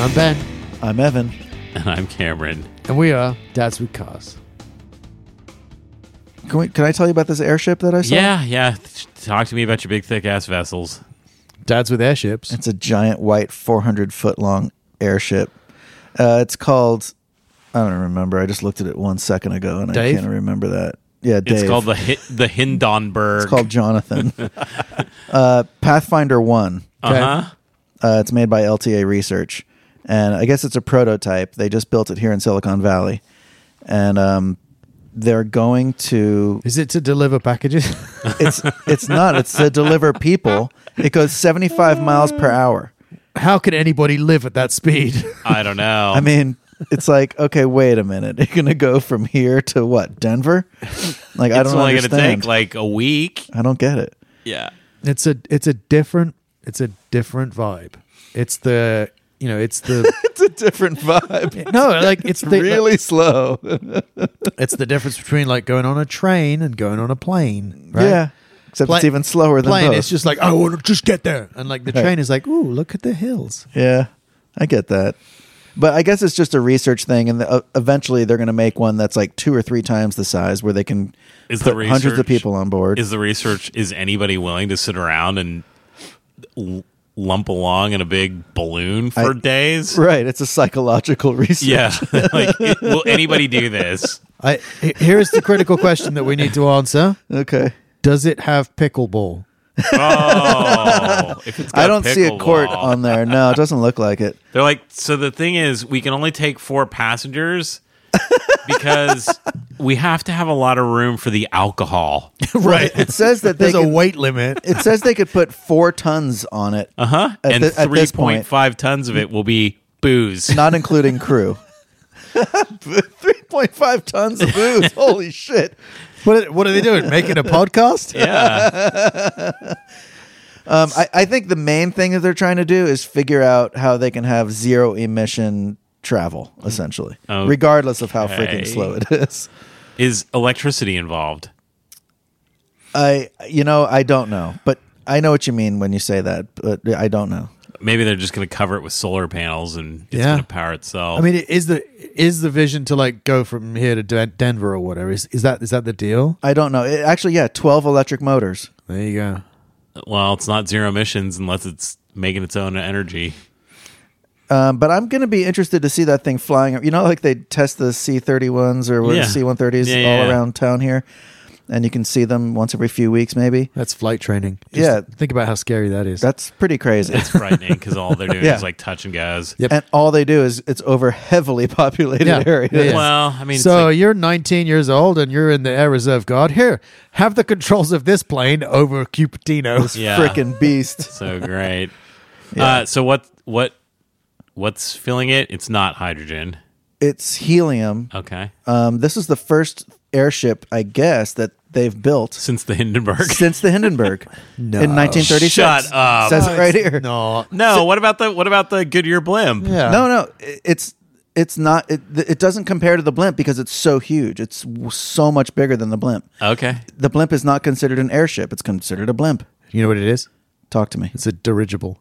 I'm Ben, I'm Evan. And I'm Cameron. and we are That's What Cars. Can, we, can I tell you about this airship that I saw? yeah, yeah. Talk to me about your big, thick ass vessels. Dads with airships. It's a giant white 400 foot long airship. Uh, it's called, I don't remember. I just looked at it one second ago and Dave? I can't remember that. Yeah, Dave. It's called the Hi- the Hindenburg. It's called Jonathan. uh, Pathfinder 1. uh huh. Uh, it's made by LTA Research, and I guess it's a prototype. They just built it here in Silicon Valley, and um, they're going to. Is it to deliver packages? It's it's not. It's to deliver people. It goes seventy five miles per hour. How can anybody live at that speed? I don't know. I mean, it's like okay, wait a minute. You're gonna go from here to what Denver? Like I it's don't only understand. gonna take like a week. I don't get it. Yeah. It's a it's a different it's a different vibe. It's the you know it's the It's a different vibe. no like it's the really slow. it's the difference between like going on a train and going on a plane. Right? Yeah. Except Pla- it's even slower than plane. both. It's just like I want to just get there, and like the Right. train is like, ooh, look at the hills. Yeah, I get that. But I guess it's just a research thing, and uh, eventually they're going to make one that's like two or three times the size, where they can Is put the hundreds of research- people on board. Is the research? Is anybody willing to sit around and l- lump along in a big balloon for days? right, it's a psychological research. Yeah. like, it- will anybody do this? I he- here is the critical question that we need to answer: Okay. Does it have pickleball? Oh, if it's got I don't see a court pickleball. on there. No, it doesn't look like it. They're like, so the thing is, we can only take four passengers because we have to have a lot of room for the alcohol. right. It says that they There's a can, weight limit. it says they could put four tons on it, Uh huh. At And thi- at three this point point- five tons of it will be booze. not including crew. Three point five tons of booze. Holy shit! What are, what are they doing? Making a podcast? yeah. Um, I, I think the main thing that they're trying to do is figure out how they can have zero emission travel, essentially, Okay. regardless of how freaking slow it is. Is electricity involved? I, you know, I don't know, but I know what you mean when you say that, but I don't know. Maybe they're just going to cover it with solar panels and it's Yeah. going to power itself. I mean, is the is the vision to like go from here to Den- Denver or whatever? Is is that is that the deal? I don't know. It, actually, yeah, twelve electric motors. There you go. well, it's not zero emissions unless it's making its own energy. Um, but I'm going to be interested to see that thing flying. You know, like they test the C31s or what, Yeah. C130s Yeah, yeah, all yeah. around town here, and you can see them once every few weeks, maybe. That's flight training. Yeah. Think about how scary that is. That's pretty crazy. It's frightening because all they're doing Yeah. is like touching guys. Yep. and all they do is it's over heavily populated Yeah. areas. Yeah, yeah. Well, I mean, it's so like- you're 19 years old and you're in the air reserve guard. Here, have the controls of this plane over Cupertino. Yeah. Freaking beast. So great. Uh, so what? What? What's filling it? It's not hydrogen. It's helium. Okay. Um, this is the first airship, I guess, that they've built Since the Hindenburg. since the Hindenburg No. in 1936. Shut up. Says it right here. No, No. No, what about the what about the Goodyear blimp? Yeah. no, it- it's it's not. It, it doesn't compare to the blimp because it's so huge. It's w- so much bigger than the blimp. Okay. The blimp is not considered an airship. It's considered a blimp. You know what it is? Talk to me. It's a dirigible.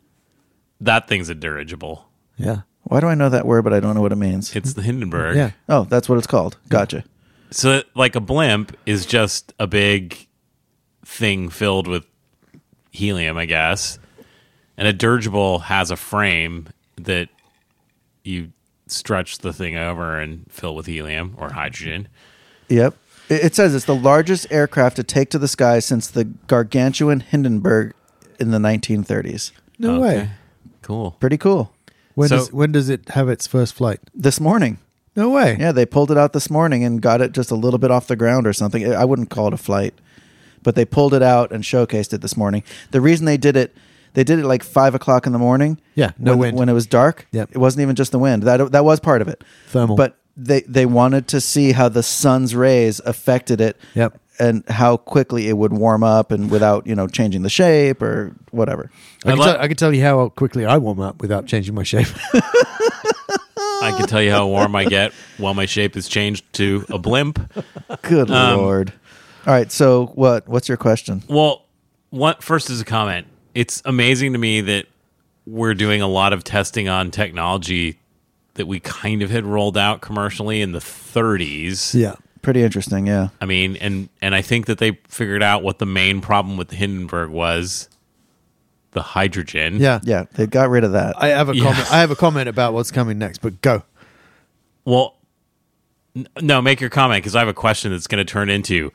That thing's a dirigible. Yeah. Why do I know that word, but I don't know what it means? It's the Hindenburg. Yeah. Oh, that's what it's called. Gotcha. So like a blimp is just a big thing filled with helium, I guess. And a dirigible has a frame that you stretch the thing over and fill with helium or hydrogen. Yep. It, it says it's the largest aircraft to take to the sky since the gargantuan Hindenburg in the 1930s. No Okay. way. Cool. Pretty cool. When, So- does, when does it have its first flight? This morning. No way. Yeah, they pulled it out this morning and got it just a little bit off the ground or something. I wouldn't call it a flight, but they pulled it out and showcased it this morning. The reason they did it, they did it like five o'clock in the morning. Yeah, no when, wind. when it was dark. Yep. it wasn't even just the wind. That that was part of it. Thermal. but they they wanted to see how the sun's rays affected it. Yep. and how quickly it would warm up and without you know changing the shape or whatever. I can, I lo- tell, I can tell you how quickly I warm up without changing my shape. I can tell you how warm I get while my shape is changed to a blimp. Good lord. All right, so what? What's your question? Well, what first is a comment. It's amazing to me that we're doing a lot of testing on technology that we kind of had rolled out commercially in the 30s. Yeah. Pretty interesting, yeah. I mean, and and I think that they figured out what the main problem with Hindenburg was, the hydrogen. Yeah. Yeah, they got rid of that. I have a Yeah. comment. I have a comment about what's coming next, but go. Well, n- no, make your comment because I have a question that's going to turn into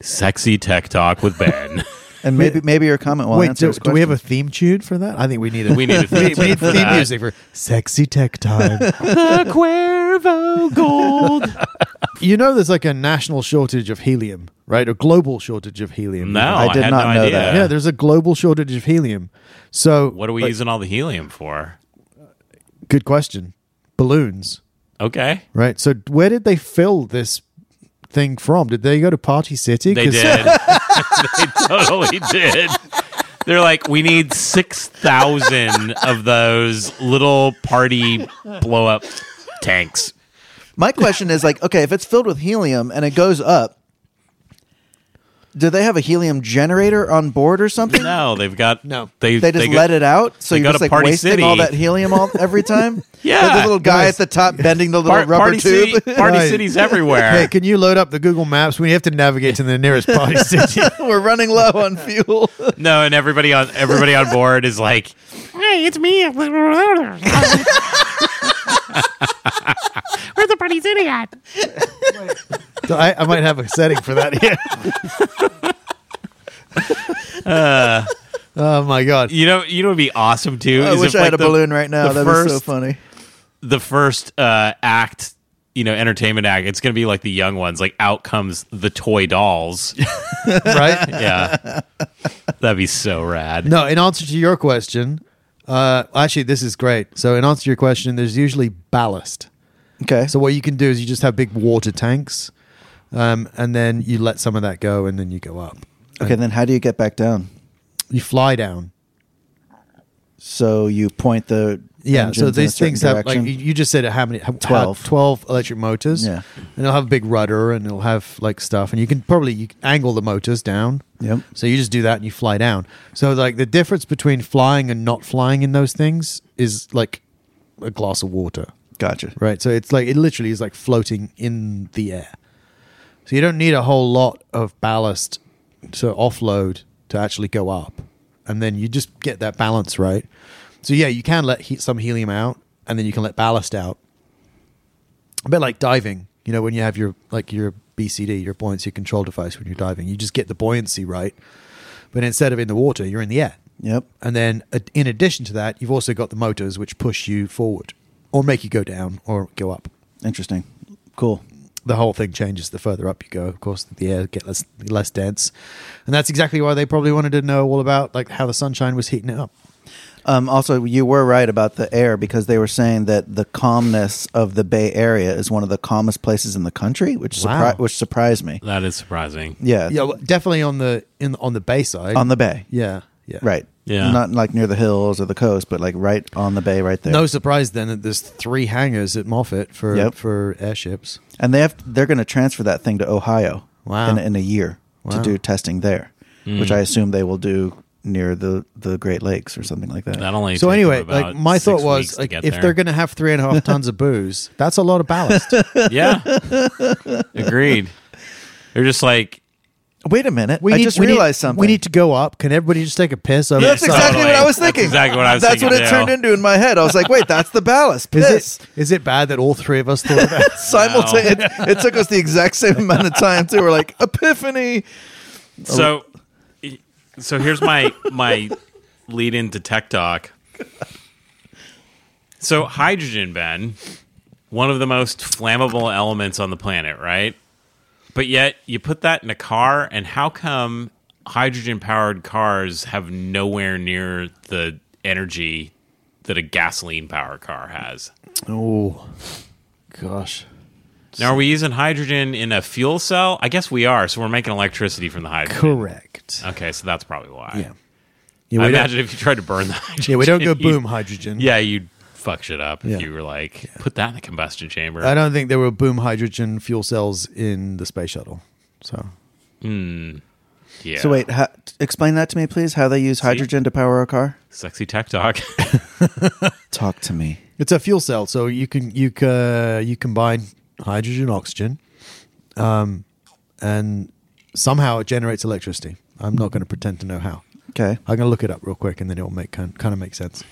sexy tech talk with Ben. and maybe maybe your comment will Wait, answer do, his do we have a question. theme tune for that? I think we need a we need a we theme, we need for theme that. music for sexy tech time. The Cuervo Gold. you know, there's like a national shortage of helium, right? A global shortage of helium. No, I I, did had not no know idea. that. Yeah, there's a global shortage of helium. So uh, what are we using all the helium for? Good question. Balloons, Okay, right? So where did they fill this thing from? Did they go to Party City? they 'Cause- did. they totally did. They're like, we need six thousand of those little party blow up tanks. My question is like, okay, if it's filled with helium and it goes up, do they have a helium generator on board or something? No, they've got No. They They just go- let it out, so they you're go just to like Party wasting City. all that helium all, every time. Yeah. Like the little guy Guys. at the top bending the little Par- rubber party tube. city, party Right. cities everywhere. Hey, can you load up the Google Maps? We have to navigate to the nearest Party City. We're running low on fuel. No, and everybody on everybody on board is like, Hey, it's me. Where's the party city at? So I, I might have a setting for that here. oh my god! you know, you know, what'd be awesome too. I is wish if, I like, had a the- balloon right now. the That'd be so first- funny. The first uh, act, you know, entertainment act. It's gonna be like the young ones. Like out comes the toy dolls. Right? Yeah, that'd be so rad. No, in answer to your question, uh, actually, this is great. So, in answer to your question, there's usually ballast. Okay. So, So what you can do is you just have big water tanks, um, and then you let some of that go, and then you go up. okay, then how do you get back down? You fly down. So you point the Yeah. engines in So a these certain things have like direction? you- you just said how many? How, 12. Twelve electric motors. Yeah. And it'll have a big rudder, and it'll have like stuff, and you can probably you can angle the motors down. Yep. So you just do that and you fly down. So like the difference between flying and not flying in those things is like a glass of water, Gotcha. right? So it's like it literally is like floating in the air. So you don't need a whole lot of ballast to offload to actually go up, and then you just get that balance right. So yeah, you can let he- some helium out, and then you can let ballast out. A bit like diving, you know, when you have your like your BCD, your buoyancy control device when you're diving, you just get the buoyancy right. But instead of in the water, you're in the air. Yep. And then uh, in addition to that, you've also got the motors which push you forward or make you go down or go up. Interesting. Cool. The whole thing changes the further up you go. Of course, the air gets less, less dense. And that's exactly why they probably wanted to know all about like how the sunshine was heating it up. Um, also, you were right about the air because they were saying that the calmness of the Bay Area is one of the calmest places in the country, which Wow. surpri- which surprised me. That is surprising. Yeah, Yeah, well, definitely on the in on the bay side. on the bay, yeah, yeah. right? Yeah. not like near the hills or the coast, but like right on the bay, right there. No surprise then that there's three hangars at Moffat for Yep. for airships. and they have they're going to transfer that thing to Ohio Wow. in, in a year to Wow. do testing there, which I assume they will do near the the Great Lakes or something like that. That only. So took them anyway, about like my six thought weeks was to like get if there. they're going to have three and a half tons of booze, that's a lot of ballast. yeah, agreed. They're just like Wait a minute! I just realized need, something. We need to go up. Can everybody just take a piss over? That's the Yeah, side? exactly totally. what I was That's thinking. exactly what I was That's what thinking, it Dale. turned into in my head. I was like, wait, that's the ballast. Is Piss. it is it bad that all three of us thought of that? Simultaneous. It, it took us the exact same amount of time too. We're like epiphany. So, so here's my my lead into tech talk. So hydrogen, Ben, one of the most flammable elements on the planet, right? But yet you put that in a car, and how come hydrogen powered cars have nowhere near the energy that a gasoline powered car has? oh, gosh. Now, are we using hydrogen in a fuel cell? I guess we are. So we're making electricity from the hydrogen. Correct. Okay, so that's probably why. Yeah. Yeah, I we imagine don't, if you tried to burn the hydrogen. yeah, we don't go you'd- boom hydrogen. Yeah, you'd fuck shit up if Yeah. you were like, put that in the combustion chamber. I don't think there were boom hydrogen fuel cells in the space shuttle. So Yeah. So wait, ha- explain that to me, please. How they use hydrogen to power a car? Sexy tech talk. Talk to me. It's a fuel cell, so you can you uh, you combine hydrogen, oxygen, um, and somehow it generates electricity. I'm not going to pretend to know how. Okay. I'm going to look it up real quick, and then it'll make kind, kind of make sense.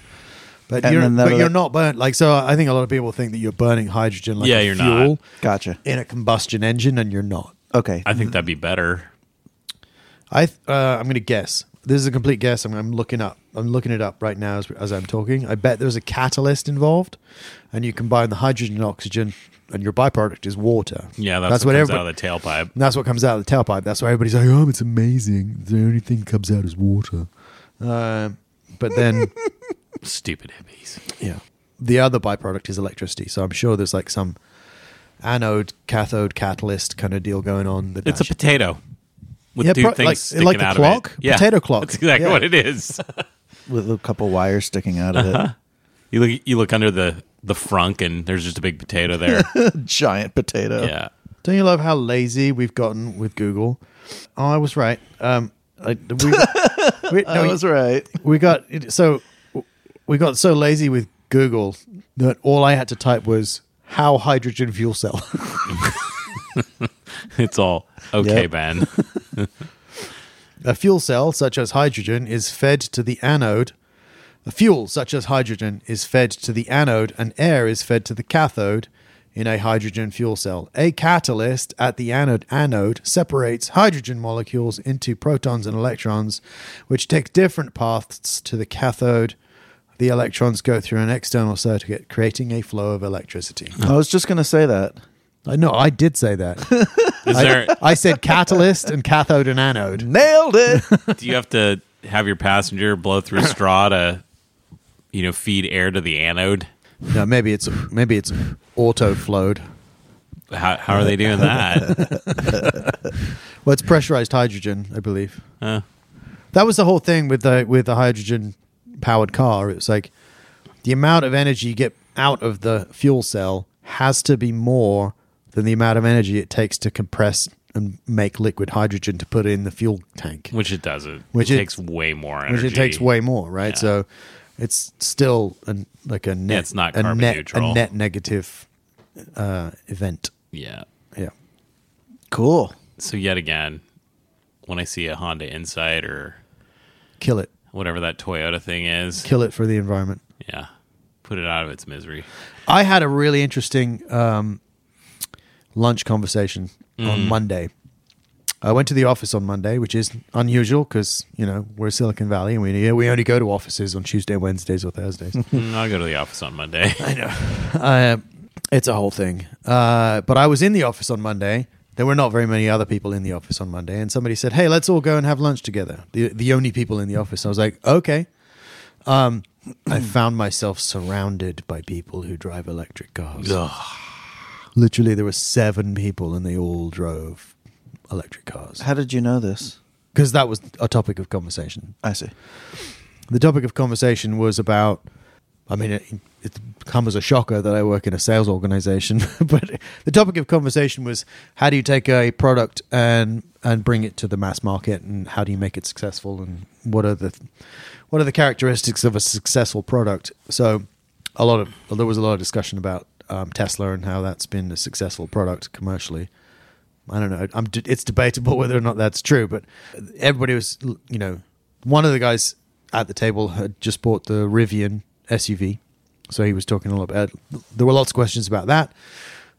But And you're then that'll- but you're not burnt like so. I think a lot of people think that you're burning hydrogen like Yeah, a you're not. fuel Gotcha. in a combustion engine, and you're not. Okay. I think that'd be better. I th- uh, I'm going to guess. This is a complete guess. I'm, I'm looking up. I'm looking it up right now as, as I'm talking. I bet there's a catalyst involved, and you combine the hydrogen and oxygen, and your byproduct is water. Yeah, that's, what, comes out of the tailpipe. and that's what comes out of the tailpipe. That's why everybody's like, "Oh, it's amazing." The only thing that comes out is water. Um, but then, Stupid hippies. yeah, the other byproduct is electricity. So I'm sure there's like some anode, cathode, catalyst kind of deal going on. that It's a potato with Yeah, two pro- things like- sticking like a out clock? of it. Yeah, Potato clock. That's exactly Yeah. what it is. With a couple wires sticking out of Uh-huh. it. you look. You look under the the frunk, and there's just a big potato there. Giant potato. yeah. Don't you love how lazy we've gotten with Google? Oh, I was right. Um, I, we, we, no, I was right. we got so we got so lazy with Google that all I had to type was how hydrogen fuel cell. It's all okay, Yep. Ben. A fuel cell, such as hydrogen, is fed to the anode. A fuel, such as hydrogen, is fed to the anode, and air is fed to the cathode in a hydrogen fuel cell. A catalyst at the anode, anode separates hydrogen molecules into protons and electrons, which take different paths to the cathode. The electrons go through an external circuit, creating a flow of electricity. I was just going to say that. I know, I did say that. Is there? I said catalyst and cathode and anode. Nailed it. Do you have to have your passenger blow through straw to, you know, feed air to the anode? No, maybe it's maybe it's auto flowed. How, how are they doing that? Well, it's pressurized hydrogen, I believe. Huh? That was the whole thing with the with the hydrogen powered car. It's like the amount of energy you get out of the fuel cell has to be more than the amount of energy it takes to compress and make liquid hydrogen to put in the fuel tank, Which it doesn't. Which it, it- takes way more which energy. it takes way more, right? Yeah. So it's still an, like a net. it's not a carbon net, neutral. A net negative uh, event. Yeah. Yeah. Cool. So yet again, when I see a Honda Insight or Kill it. whatever that Toyota thing is, Kill it for the environment. yeah, put it out of its misery. I had a really interesting um, lunch conversation on Monday. I went to the office on Monday, which is unusual because you know we're Silicon Valley and we we only go to offices on Tuesday, Wednesdays, or Thursdays. Mm, I'll go to the office on Monday. uh, it's a whole thing. Uh, but I was in the office on Monday. There were not very many other people in the office on Monday, and somebody said, "Hey, let's all go and have lunch together." The the only people in the office. I was like, "Okay." Um, I found myself surrounded by people who drive electric cars. Literally, there were seven people, and they all drove electric cars How did you know this? because that was a topic of conversation I see. the topic of conversation was about i mean it, it comes as a shocker that i work in a sales organization but the topic of conversation was how do you take a product and and bring it to the mass market and how do you make it successful and what are the what are the characteristics of a successful product so a lot of well, there was a lot of discussion about um, tesla and how that's been a successful product commercially I don't know. I'm, d- it's debatable whether or not that's true, but everybody was, you know, one of the guys at the table had just bought the Rivian SUV, so he was talking a lot about. There were lots of questions about that.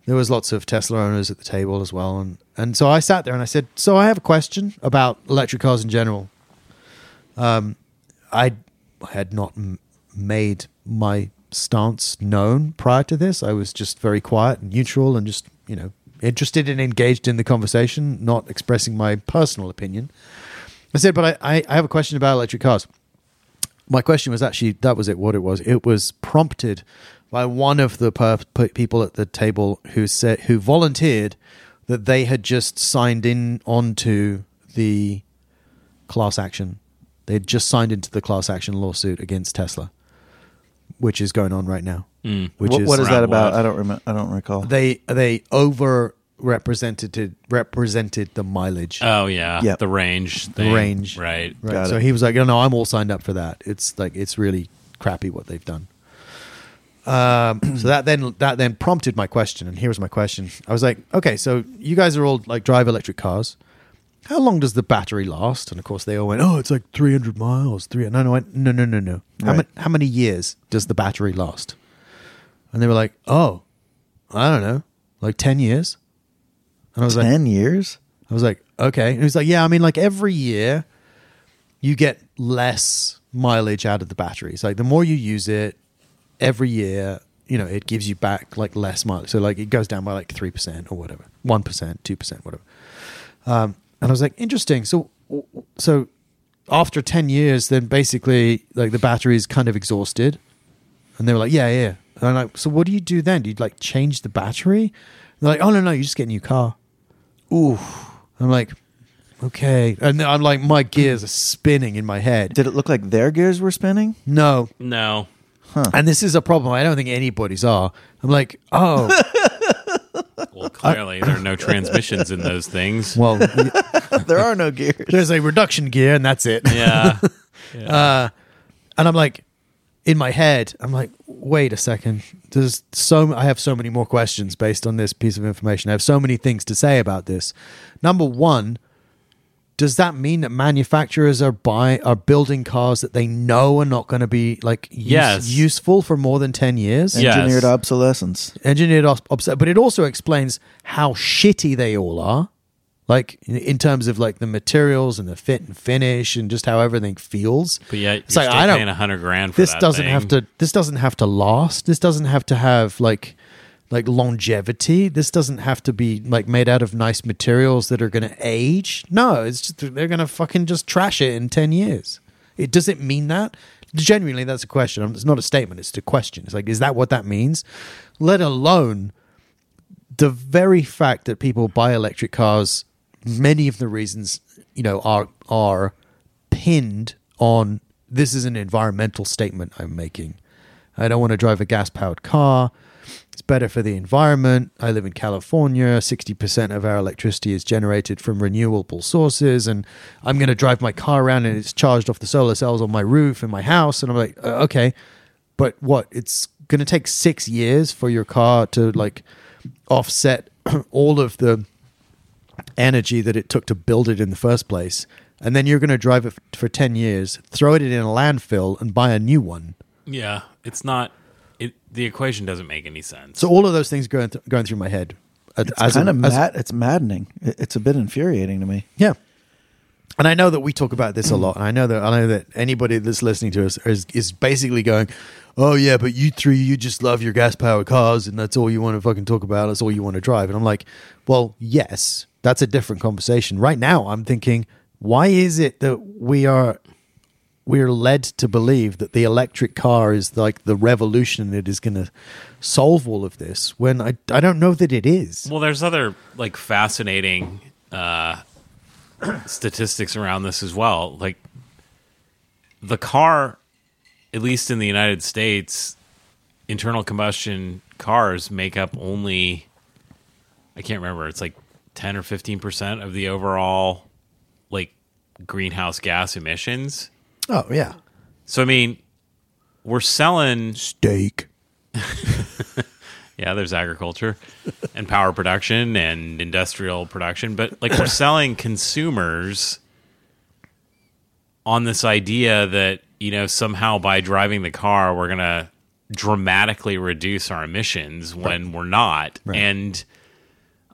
There was lots of Tesla owners at the table as well, and and so I sat there and I said, "So I have a question about electric cars in general. I had not m- made my stance known prior to this. I was just very quiet and neutral and just, you know, interested and engaged in the conversation, not expressing my personal opinion. I said, but I, I, I have a question about electric cars. My question was actually that was it, what it was. It was prompted by one of the per- pe- people at the table who said, who volunteered that they had just signed in onto the class action. They had just signed into the class action lawsuit against Tesla, which is going on right now. Which is Wh- Mm. what is round that about? one. I don't remember. I don't recall. they they over represented represented the mileage Oh yeah, Yep. the range, thing. range. right? Right. Got so it. he was like, "Oh no, I'm all signed up for that." It's like it's really crappy what they've done. Um, so that then that then prompted my question, and here was my question. I was like, "Okay, so you guys are all like drive electric cars. How long does the battery last?" And of course, they all went, "Oh, it's like 300 miles." Three. And I went, "No, no, no, no. How, Right. ma- how many years does the battery last?" And they were like, "Oh, I don't know, like 10 years." And I was like, Ten years? I was like, okay. And he was like, yeah, I mean, like every year you get less mileage out of the batteries. Like the more you use it every year, you know, it gives you back like less mileage. So like it goes down by like 3% or whatever, 1%, 2%, whatever. Um, and I was like, interesting. So, so after 10 years, then basically like the battery is kind of exhausted. And they were like, yeah, yeah. And I'm like, so what do you do then? Do you like change the battery? And they're like, oh, no, no, you just get a new car. Ooh. I'm like, okay. And I'm like, my gears are spinning in my head. Did it look like their gears were spinning? No. No, And this is a problem. I don't think anybody's are. I'm like, oh, well, clearly there are no transmissions in those things. well, there are no gears. there's a reduction gear and that's it. yeah, And I'm like, in my head, I'm like, wait a second. There's so I have so many more questions based on this piece of information. I have so many things to say about this. Number one, does that mean that manufacturers are buy are building cars that they know are not going to be like use- Yes. useful for more than ten years? Yes. Engineered obsolescence. engineered obs- obs- but it also explains how shitty they all are like in- in terms of like the materials and the fit and finish and just how everything feels but yet it's you're like still i paying a don't hundred grand for this that doesn't thing. have to this doesn't have to last this doesn't have to have like like longevity this doesn't have to be like made out of nice materials that are going to age no it's just they're going to fucking just trash it in 10 years it does it mean that genuinely that's a question Um, it's not a statement it's a question it's like is that what that means let alone the very fact that people buy electric cars, many of the reasons, you know, are are pinned on this is an environmental statement I'm making. I don't want to drive a gas powered car. It's better for the environment. I live in California. 60% of our electricity is generated from renewable sources. And I'm going to drive my car around and it's charged off the solar cells on my roof in my house. And I'm like, uh, okay, but what? It's going to take six years for your car to like offset all of the energy that it took to build it in the first place. And then you're going to drive it f- for 10 years, throw it in a landfill, and buy a new one. Yeah, it's not. It, the equation doesn't make any sense. So all of those things going, th- going through my head. As- It's as a- kind of as- mad. It's maddening. It- It's a bit infuriating to me. Yeah. And I know that we talk about this a lot, and I know that I know that anybody that's listening to us is is basically going, "Oh yeah, but you three, you just love your gas powered cars, and that's all you want to fucking talk about. That's all you want to drive." And I'm like, "Well, yes, that's a different conversation." Right now, I'm thinking, why is it that we are we're led to believe that the electric car is like the revolution that is going to solve all of this? When I I don't know that it is. Well, there's other like fascinating uh, statistics around this as well. Like the car, at least in the United States, internal combustion cars make up only I can't remember. It's like ten or fifteen percent of the overall like greenhouse gas emissions. Oh yeah, So I mean, we're selling steak. Yeah, there's agriculture and power production and industrial production, but like we're selling consumers on this idea that, you know, somehow by driving the car, we're going to dramatically reduce our emissions when we're not. And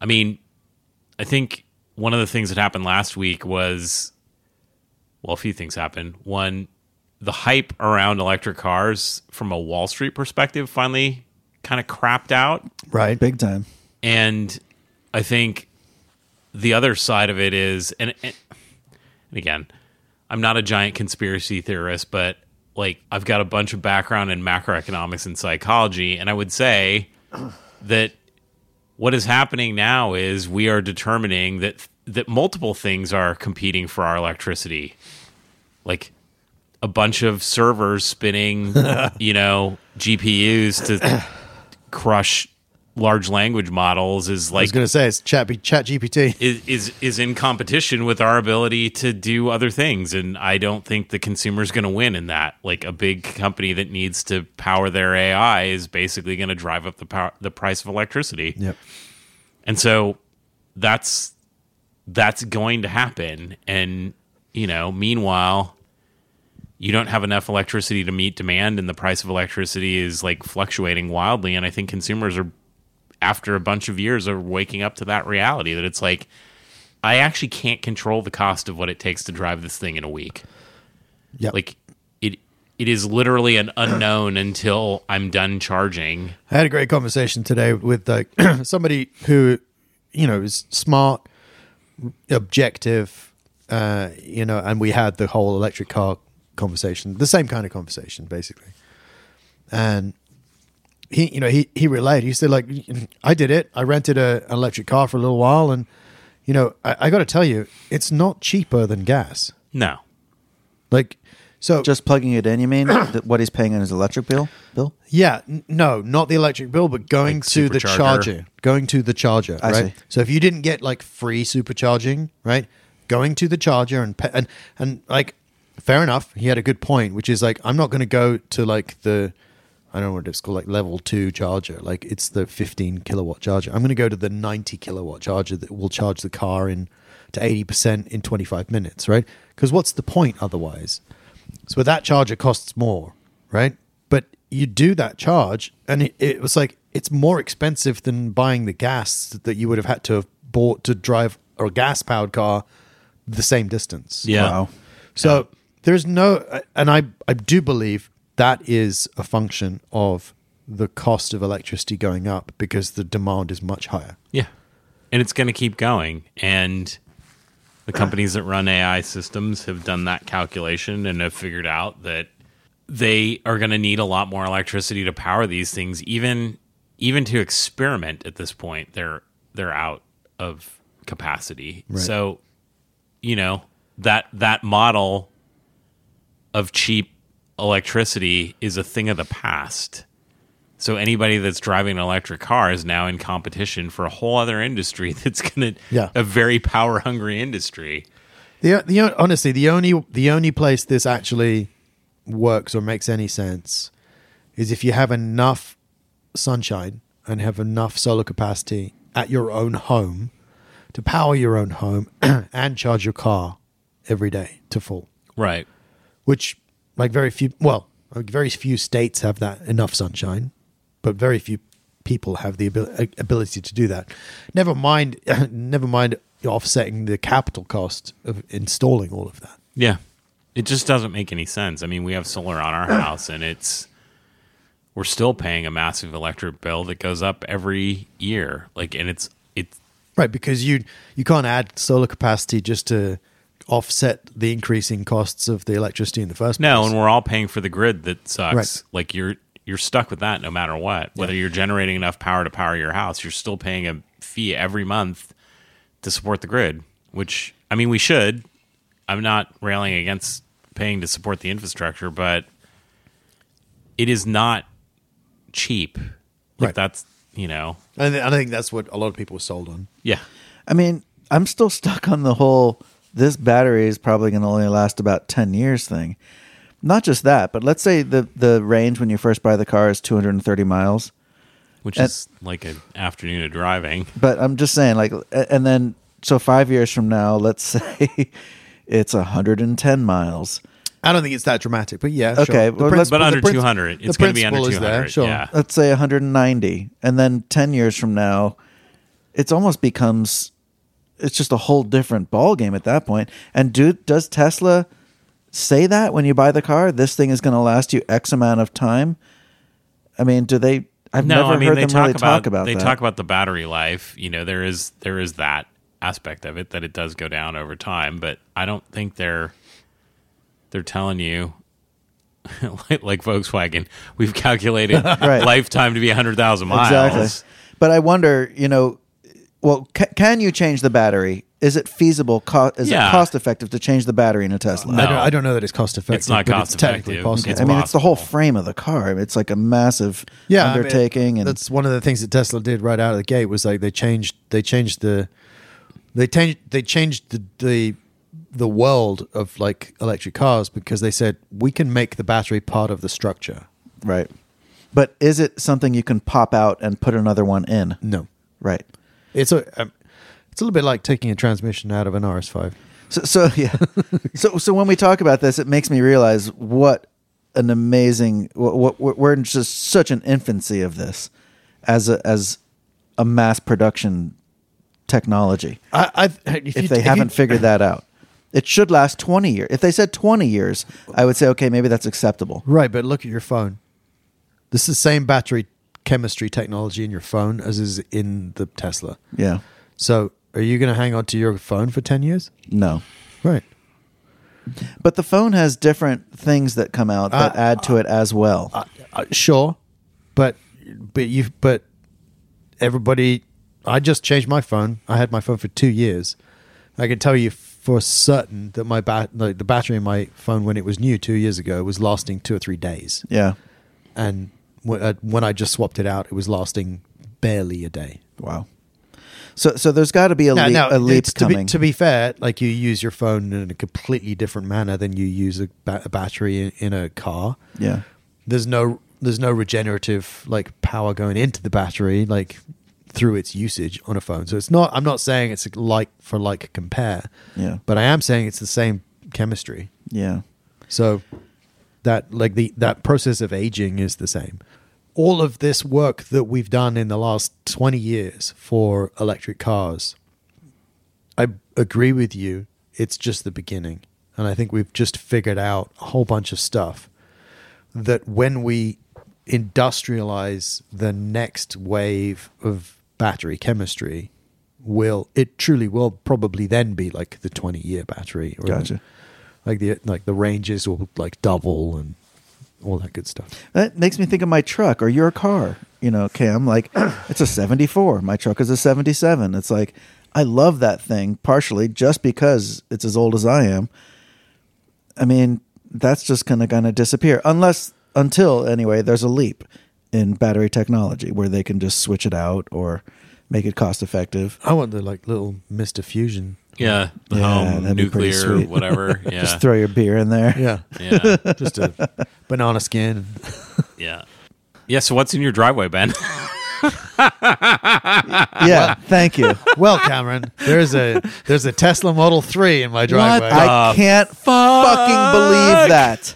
I mean, I think one of the things that happened last week was well, a few things happened. One, the hype around electric cars from a Wall Street perspective finally kind of crapped out. Right. Big time. And I think the other side of it is, and, and again, I'm not a giant conspiracy theorist, but like I've got a bunch of background in macroeconomics and psychology, and I would say that what is happening now is we are determining that that multiple things are competing for our electricity, like a bunch of servers spinning, you know, GPUs to crush large language models is I was like going to say it's Chat Chat GPT. is, is is in competition with our ability to do other things and i don't think the consumer's going to win in that like a big company that needs to power their ai is basically going to drive up the power the price of electricity Yep. and so that's that's going to happen and you know meanwhile you don't have enough electricity to meet demand and the price of electricity is like fluctuating wildly and i think consumers are after a bunch of years are waking up to that reality that it's like i actually can't control the cost of what it takes to drive this thing in a week Yeah. like it it is literally an unknown until i'm done charging I had a great conversation today with like somebody who, you know, is smart, objective, uh, you know, and we had the whole electric car conversation, the same kind of conversation basically. And he, you know, he he relayed. He said, like, I did it. I rented a, an electric car for a little while, and you know, I, I got to tell you, it's not cheaper than gas. no Like, so Just plugging it in, you mean? That what he's paying on his electric bill? Bill? Yeah, n- no, not the electric bill, but going Like to the supercharger. charger, going to the charger, I right? see. So if you didn't get like free supercharging, right, going to the charger and pa and and like, fair enough. He had a good point, which is like, I'm not going to go to like the, I don't know what it's called, like level two charger. Like it's the 15 kilowatt charger. I'm going to go to the 90 kilowatt charger that will charge the car in to 80 percent in 25 minutes, right? Because what's the point otherwise? So that charger costs more, right? But you do that charge, and it, it was like it's more expensive than buying the gas that you would have had to have bought to drive a gas powered car the same distance. yeah Wow. So there's no, and I I do believe that is a function of the cost of electricity going up because the demand is much higher. Yeah. And it's going to keep going. And the companies that run AI systems have done that calculation and have figured out that they are going to need a lot more electricity to power these things even even to experiment at this point they're they're out of capacity. So you know, that that model of cheap electricity is a thing of the past. So anybody that's driving an electric car is now in competition for a whole other industry that's going to Yeah. a very power hungry industry. The the on- honestly the only the only place this actually works or makes any sense is if you have enough sunshine and have enough solar capacity at your own home to power your own home and charge your car every day to full Right. which like very few well like very few states have that enough sunshine but very few people have the abil- ability to do that never mind never mind offsetting the capital cost of installing all of that Yeah. It just doesn't make any sense. I mean, we have solar on our house and it's we're still paying a massive electric bill that goes up every year. Like and it's it's right because you you can't add solar capacity just to offset the increasing costs of the electricity in the first place No, and we're all paying for the grid that sucks. Right. Like you're you're stuck with that no matter what. Whether you're generating enough power to power your house, you're still paying a fee every month to support the grid, which I mean we should. I'm not railing against paying to support the infrastructure, but it is not cheap. Like Right. that's, you know. and i think that's what a lot of people were sold on Yeah. I mean, I'm still stuck on the whole this battery is probably going to only last about 10 years thing. Not just that, but let's say the the range when you first buy the car is 230 miles. Which And- is like an afternoon of driving. But I'm just saying like a- and then so 5 years from now, let's say it's 110 miles. i don't think it's that dramatic but yeah Okay, sure. The well, let's- principle- But the under princi- 200, the it's going to be under principle 200. is there, sure. Yeah. Let's say 190 and then 10 years from now, it's almost becomes it's just a whole different ball game at that point. And do does Tesla say that when you buy the car, this thing is going to last you X amount of time? I mean, do they? I've no, never I mean heard they them talk really about, talk about they that. talk about the battery life. You know, there is there is that aspect of it that it does go down over time, but I don't think they're they're telling you like, like Volkswagen, we've calculated lifetime to be hundred thousand miles. But I wonder, you know, well, ca- can you change the battery is it feasible? Co- is it Yeah. cost effective to change the battery in a Tesla? I, No. don't, I don't know that it's cost effective. It's not but cost technically effective. possible. It's I mean, it's the whole possible. frame of the car. I mean, It's like a massive yeah, I mean, undertaking, and Um, that's one of the things that Tesla did right out of the gate was like they changed they changed the they changed they changed the the the world of like electric cars because they said we can make the battery part of the structure. right. But is it something you can pop out and put another one in? No, Right. it's a um, it's a little bit like taking a transmission out of an RS5. So, so yeah. so so when we talk about this, it makes me realize what an amazing what, what we're- we're in just such an infancy of this as a as a mass production technology. I, I if, If you- they you- haven't figured that out, it should last twenty years. If they said twenty years, I would say okay, maybe that's acceptable. Right, but look at your phone. This is the same battery chemistry technology in your phone as is in the Tesla. Yeah. So, are you going to hang on to your phone for 10 years? No. Right. But the phone has different things that come out that Uh, add to it as well. Uh, sure. But but you but everybody I just changed my phone. I had my phone for 2 years. I can tell you for certain that my ba- like the battery in my phone when it was new 2 years ago was lasting 2 or 3 days. yeah. And when, uh, when I just swapped it out, it was lasting barely a day. Wow. So so there's got to be a, No, leap, no, a leap it's- to be, coming. to be fair, like you use your phone in a completely different manner than you use a, ba- a battery in, in a car. yeah. There's no there's no regenerative like power going into the battery like through its usage on a phone. So it's not I'm not saying it's a like for like compare. Yeah. But I am saying it's the same chemistry. Yeah. So that like the that process of aging is the same. All of this work that we've done in the last 20 years for electric cars. I agree with you. It's just the beginning. And I think we've just figured out a whole bunch of stuff that when we industrialize the next wave of battery chemistry will it truly will probably then be like the 20 year battery or Gotcha. like the like the ranges will like double and all that good stuff. That makes me think of my truck or your car. You know, Cam, like it's a 74. My truck is a 77. It's like I love that thing partially just because it's as old as I am. I mean, that's just going to kind of disappear unless until anyway there's a leap in battery technology where they can just switch it out or make it cost effective. I want the like little Mister Fusion. Yeah, the Yeah, home that'd be pretty nuclear, sweet. whatever. Yeah, Just throw your beer in there. Yeah, yeah, just a banana skin. yeah, yeah. So what's in your driveway, Ben? Yeah, thank you. Well, Cameron, there's a there's a Tesla Model Three in my driveway. I can't fucking believe that.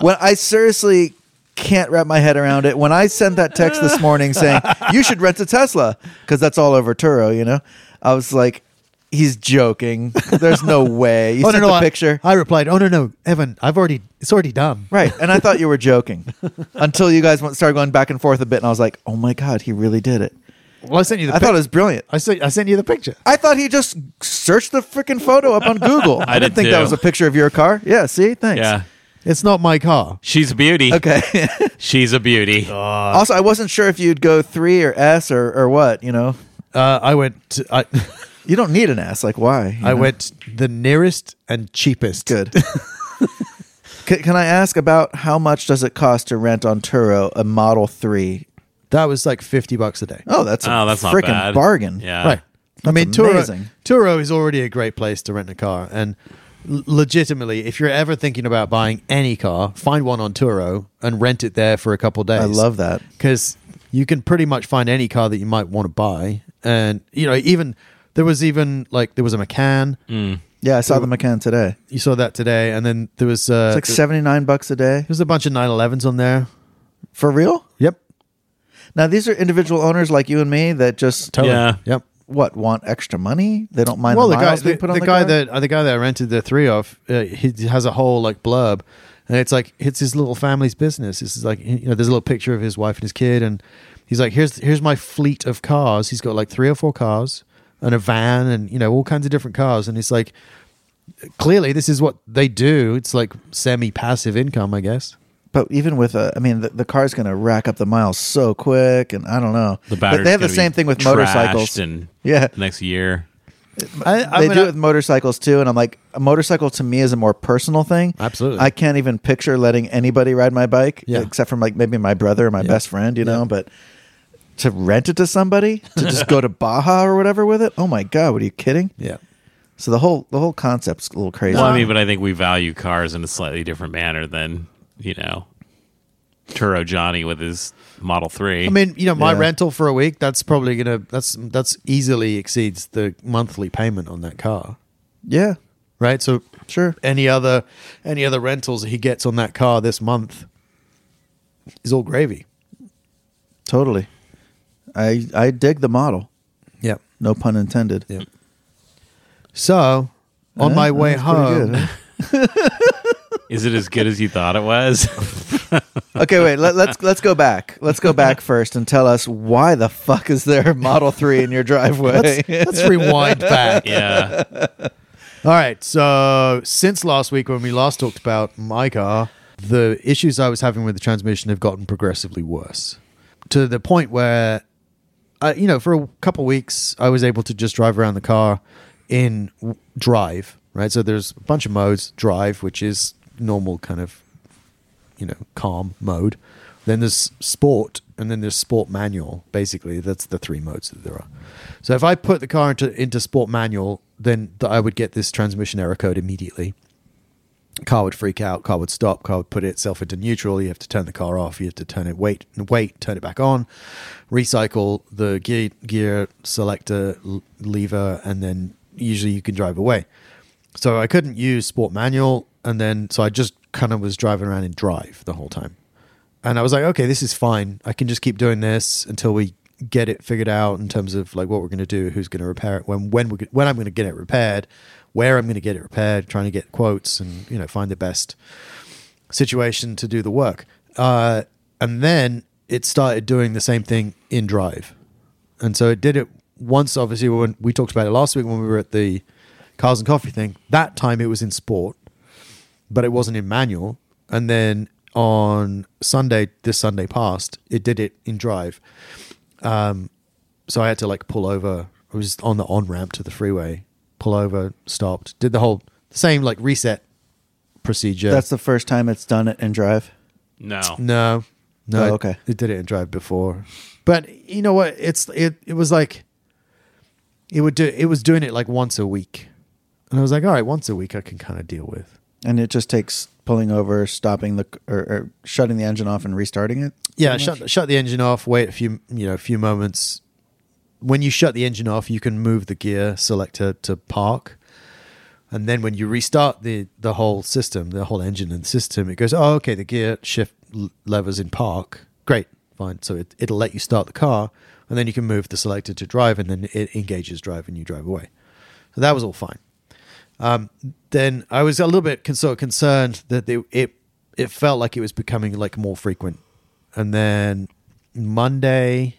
When I seriously can't wrap my head around it. When I sent that text this morning saying you should rent a Tesla because that's all over Turo, you know, I was like, he's joking. There's no way. You oh no, sent no, the I- picture, I, replied, "Oh no, no, Evan, I've already it's already done." right? And I thought you were joking until you guys went, started going back and forth a bit, and I was like, oh my god, he really did it. Well, I sent you the. I thought it was brilliant. I sent I sent you the picture. I thought he just searched the freaking photo up on Google. I, didn't did think that too. was a picture of your car. Yeah, see, thanks. yeah, It's not my car. she's a beauty. Okay. Oh. She's a beauty. also, I wasn't sure if you'd go three or S or, or what. You know, Uh, I went. To, I you don't need an S. Like why? you I know? went the nearest and cheapest. good. can, can I ask about how much does it cost to rent on Turo a Model Three? That was like fifty bucks a day. Oh, that's a oh, that's not freaking bad. bargain. Yeah, right. I mean, Turo, amazing. Turo is already a great place to rent a car. And l- legitimately, if you're ever thinking about buying any car, find one on Turo and rent it there for a couple days. I love that. Because you can pretty much find any car that you might want to buy. And, you know, even there was even like there was a McCann. Yeah, I saw the McCann today. You saw that today. And then there was, uh, It's like seventy nine bucks a day there's a bunch of 911s on there. for real. Yep. Now these are individual owners like you and me that just Totally. Yeah. Yep. what want extra money. They don't mind well, the the guy, miles the, they put on the the, guy car. that uh, the guy that I rented the three of, uh, he has a whole like blurb, and it's like it's his little family's business. It's like you know, there's a little picture of his wife and his kid, and he's like, here's here's my fleet of cars. He's got like three or four cars and a van, and you know all kinds of different cars, and it's like clearly this is what they do. It's like semi passive income, I guess. But even with a, I mean, the, the car's going to rack up the miles so quick, and I don't know. The but battery's they have the gonna be same thing with trashed motorcycles. in yeah, next year. I, I they mean, do I- it with motorcycles too, and I'm like, a motorcycle to me is a more personal thing. Absolutely. I can't even picture letting anybody ride my bike, Yeah. except from like maybe my brother or my best friend, you know. But to rent it to somebody to just go to Baja or whatever with it, oh my god, what are you kidding? yeah. So the whole the whole concept's a little crazy. Well, I mean, but I think we value cars in a slightly different manner than you know, Turo Johnny with his Model Three. I mean, you know, my Yeah. rental for a week, that's probably going to, that's, that's easily exceeds the monthly payment on that car. yeah, Right. So sure. any other, any other rentals that he gets on that car this month is all gravy. Totally. I I dig the model. Yeah. No pun intended. Yeah. So on Huh? my Oh, way that's pretty home, good, huh? is it as good as you thought it was? okay, wait. Let, let's let's go back. Let's go back first and tell us why the fuck is there a Model Three in your driveway? let's rewind back. yeah, All right. So since last week, when we last talked about my car, the issues I was having with the transmission have gotten progressively worse to the point where, uh, you know, for a couple weeks, I was able to just drive around the car in w- drive, right? So there's a bunch of modes drive, which is normal kind of, you know, calm mode. Then there's sport, and then there's sport manual. Basically, that's the three modes that there are. So if I put the car into, into sport manual, then th- I would get this transmission error code immediately car would freak out, car would stop, car would put itself into neutral, you have to turn the car off, you have to turn it wait wait, turn it back on, recycle the gear gear selector l- lever and then usually you can drive away. So I couldn't use sport manual and then so I just kind of was driving around in drive the whole time. And I was like, okay, this is fine. I can just keep doing this until we get it figured out in terms of like what we're going to do, who's going to repair it, when when we when I'm going to get it repaired, where I'm going to get it repaired, trying to get quotes and you know find the best situation to do the work. Uh, and then it started doing the same thing in Drive, and so it did it once. Obviously, when we talked about it last week when we were at the Cars and Coffee thing, that time it was in Sport, but it wasn't in manual. And then on Sunday, this Sunday past, it did it in drive. Um, so I had to like pull over. I was on the on ramp to the freeway, pull over, stopped, did the whole same like reset procedure. That's the first time it's done it in drive. no. no, no. Oh, it- okay. it did it in drive before, but you know what? It's it. It was like it would do. It was doing it like once a week, and I was like, all right, once a week I can kind of deal with. And it just takes pulling over, stopping the or, or shutting the engine off and restarting it. yeah shut, shut the engine off wait a few you know a few moments when you shut the engine off you can move the gear selector to park and then when you restart the the whole system the whole engine and system it goes oh okay the gear shift l- levers in park great fine so it, it'll let you start the car and then you can move the selector to drive and then it engages drive and you drive away so that was all fine then I was a little bit con- sort of concerned that they, it it felt like it was becoming like more frequent. And then Monday,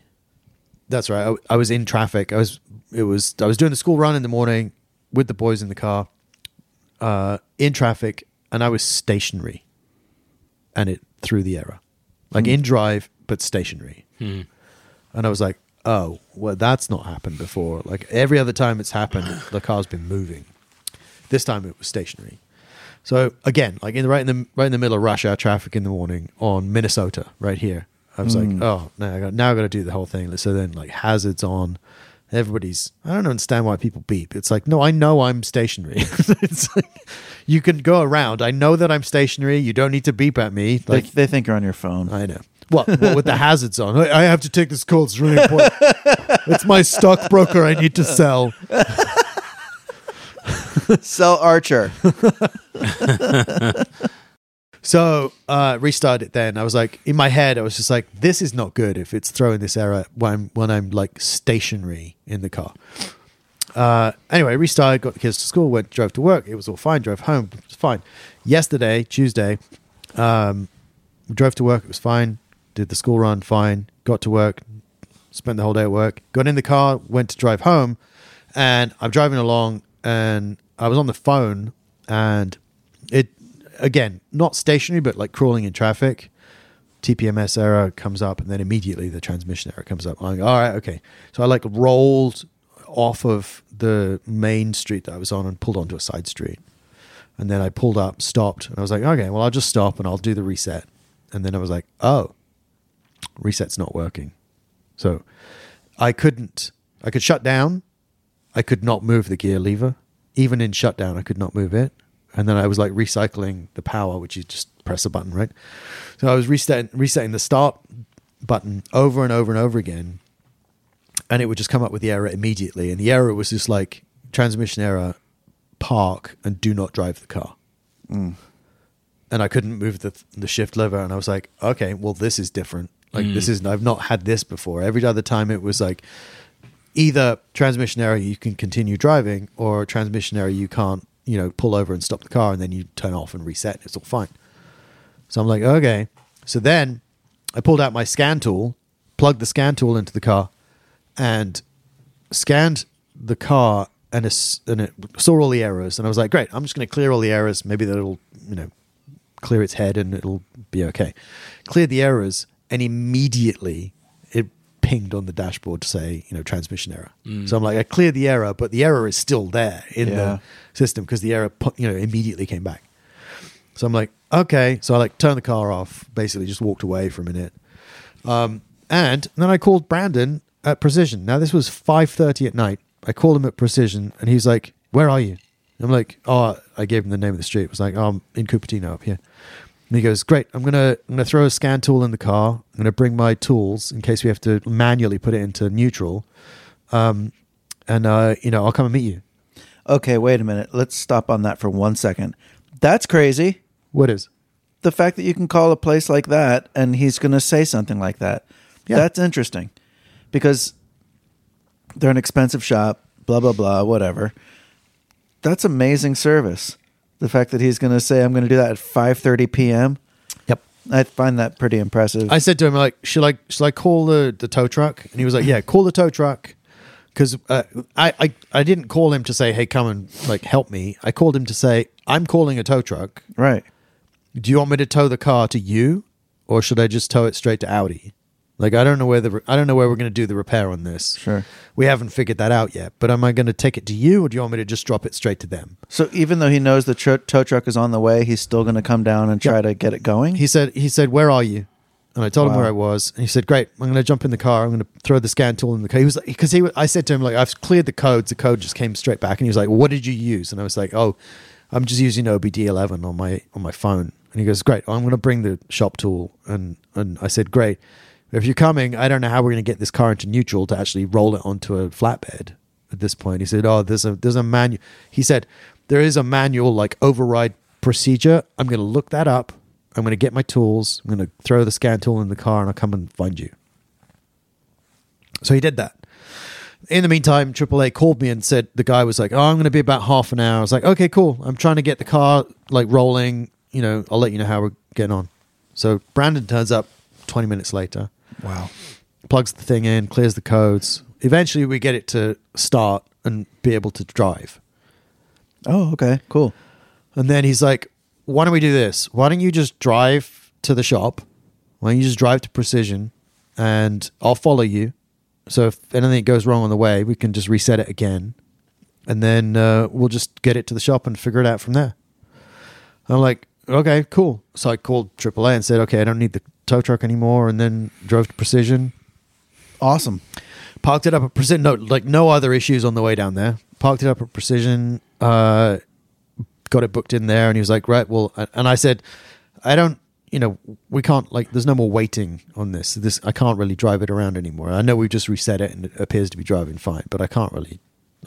that's right. I, I was in traffic. I was it was I was doing the school run in the morning with the boys in the car, uh, in traffic, and I was stationary, and it threw the error, like in drive but stationary. And I was like, oh, well, that's not happened before. Like every other time it's happened, the car's been moving. This time it was stationary. So again, like in the, right in the right in the middle of rush hour traffic in the morning on Minnesota, right here, I was like, oh, now I got now I got to do the whole thing. So then, like hazards on, everybody's. I don't understand why people beep. It's like, no, I know I'm stationary. it's like you can go around. I know that I'm stationary. You don't need to beep at me. Like Like they think you're on your phone. I know. Well, well, with the hazards on, I I have to take this call. It's really important. it's my stockbroker. I need to sell. Sell Archer. So uh, restart it. Then I was like, in my head, I was just like, this is not good. If it's throwing this error when I'm, when I'm like stationary in the car. Uh, anyway, restarted, got the kids to school, went, drove to work. It was all fine. Drove home, it was fine. Yesterday, Tuesday, um, drove to work. It was fine. Did the school run, fine. Got to work, spent the whole day at work. Got in the car, went to drive home, and I'm driving along, and I was on the phone, and it again not stationary, but like crawling in traffic. TPMS error comes up, and then immediately the transmission error comes up. I'm like, all right, okay. So I like rolled off of the main street that I was on and pulled onto a side street. And then I pulled up, stopped, and I was like, okay, well, I'll just stop and I'll do the reset. And then I was like, oh, reset's not working. So I couldn't, I could shut down. I could not move the gear lever. Even in shutdown, I could not move it. And then I was like recycling the power, which you just press a button, right? So I was resetting, resetting the start button over and over and over again. And it would just come up with the error immediately. And the error was just like transmission error, park and do not drive the car. And I couldn't move the, the shift lever. And I was like, okay, well, this is different. Like, this is, I've not had this before. Every other time it was like, either transmission error you can continue driving or transmission error you can't you know pull over and stop the car and then you turn off and reset it's all fine so i'm like okay so then i pulled out my scan tool plugged the scan tool into the car and scanned the car and, es- and it saw all the errors and i was like great i'm just going to clear all the errors maybe that'll you know clear its head and it'll be okay cleared the errors and immediately it pinged on the dashboard to say you know transmission error so i'm like i cleared the error but the error is still there in Yeah. the system because the error pu- you know immediately came back so i'm like okay so i like turned the car off basically just walked away for a minute Um, and then I called Brandon at Precision. Now this was five thirty at night. I called him at Precision, and he's like, "Where are you?" I'm like, "Oh," I gave him the name of the street. It was like, oh, "I'm in Cupertino up here." And he goes, "Great. I'm gonna I'm gonna throw a scan tool in the car. I'm gonna bring my tools in case we have to manually put it into neutral." Um, and uh, you know, I'll come and meet you. Okay, wait a minute. Let's stop on that for one second. That's crazy. What is? The fact that you can call a place like that and he's going to say something like that. Yeah. That's interesting because they're an expensive shop, blah, blah, blah, whatever. That's amazing service. The fact that he's going to say, I'm going to do that at 5.30 p.m., Yep. I find that pretty impressive. I said to him, like, should I should I call the, the tow truck? And he was like, yeah, call the tow truck. Because uh, I, I I didn't call him to say, hey, come and like help me. I called him to say, I'm calling a tow truck. right. Do you want me to tow the car to you, or should I just tow it straight to Audi? Like, I don't know where the re- I don't know where we're going to do the repair on this. Sure. we haven't figured that out yet. But am I going to take it to you, or do you want me to just drop it straight to them? So even though he knows the tr- tow truck is on the way, he's still going to come down and try to get it going? he said he said where are you and i told him where i was and he said great i'm going to jump in the car i'm going to throw the scan tool in the car he was because he was- i said to him like i've cleared the codes the code just came straight back and he was like what did you use and i was like oh i'm just using obd11 on my on my phone and he goes great i'm going to bring the shop tool and and i said great if you're coming i don't know how we're going to get this car into neutral to actually roll it onto a flatbed at this point he said oh there's a there's a manual he said there is a manual like override procedure i'm going to look that up I'm going to get my tools. I'm going to throw the scan tool in the car and I'll come and find you. So he did that. In the meantime, AAA called me and said the guy was like, "Oh, I'm going to be about half an hour." I was like, "Okay, cool. I'm trying to get the car like rolling. You know, I'll let you know how we're getting on." So Brandon turns up 20 minutes later, wow. plugs the thing in, clears the codes. Eventually, we get it to start and be able to drive. Oh, okay. Cool. And then he's like, why don't we do this? Why don't you just drive to the shop? Why don't you just drive to Precision and I'll follow you. So if anything goes wrong on the way, we can just reset it again. And then uh, we'll just get it to the shop and figure it out from there. I'm like, okay, cool. So I called AAA and said, okay, I don't need the tow truck anymore. And then drove to Precision Awesome. parked it up at precision no like no other issues on the way down there parked it up at precision uh got it booked in there and he was like right well a- and i said i don't you know we can't like there's no more waiting on this this i can't really drive it around anymore i know we've just reset it and it appears to be driving fine but i can't really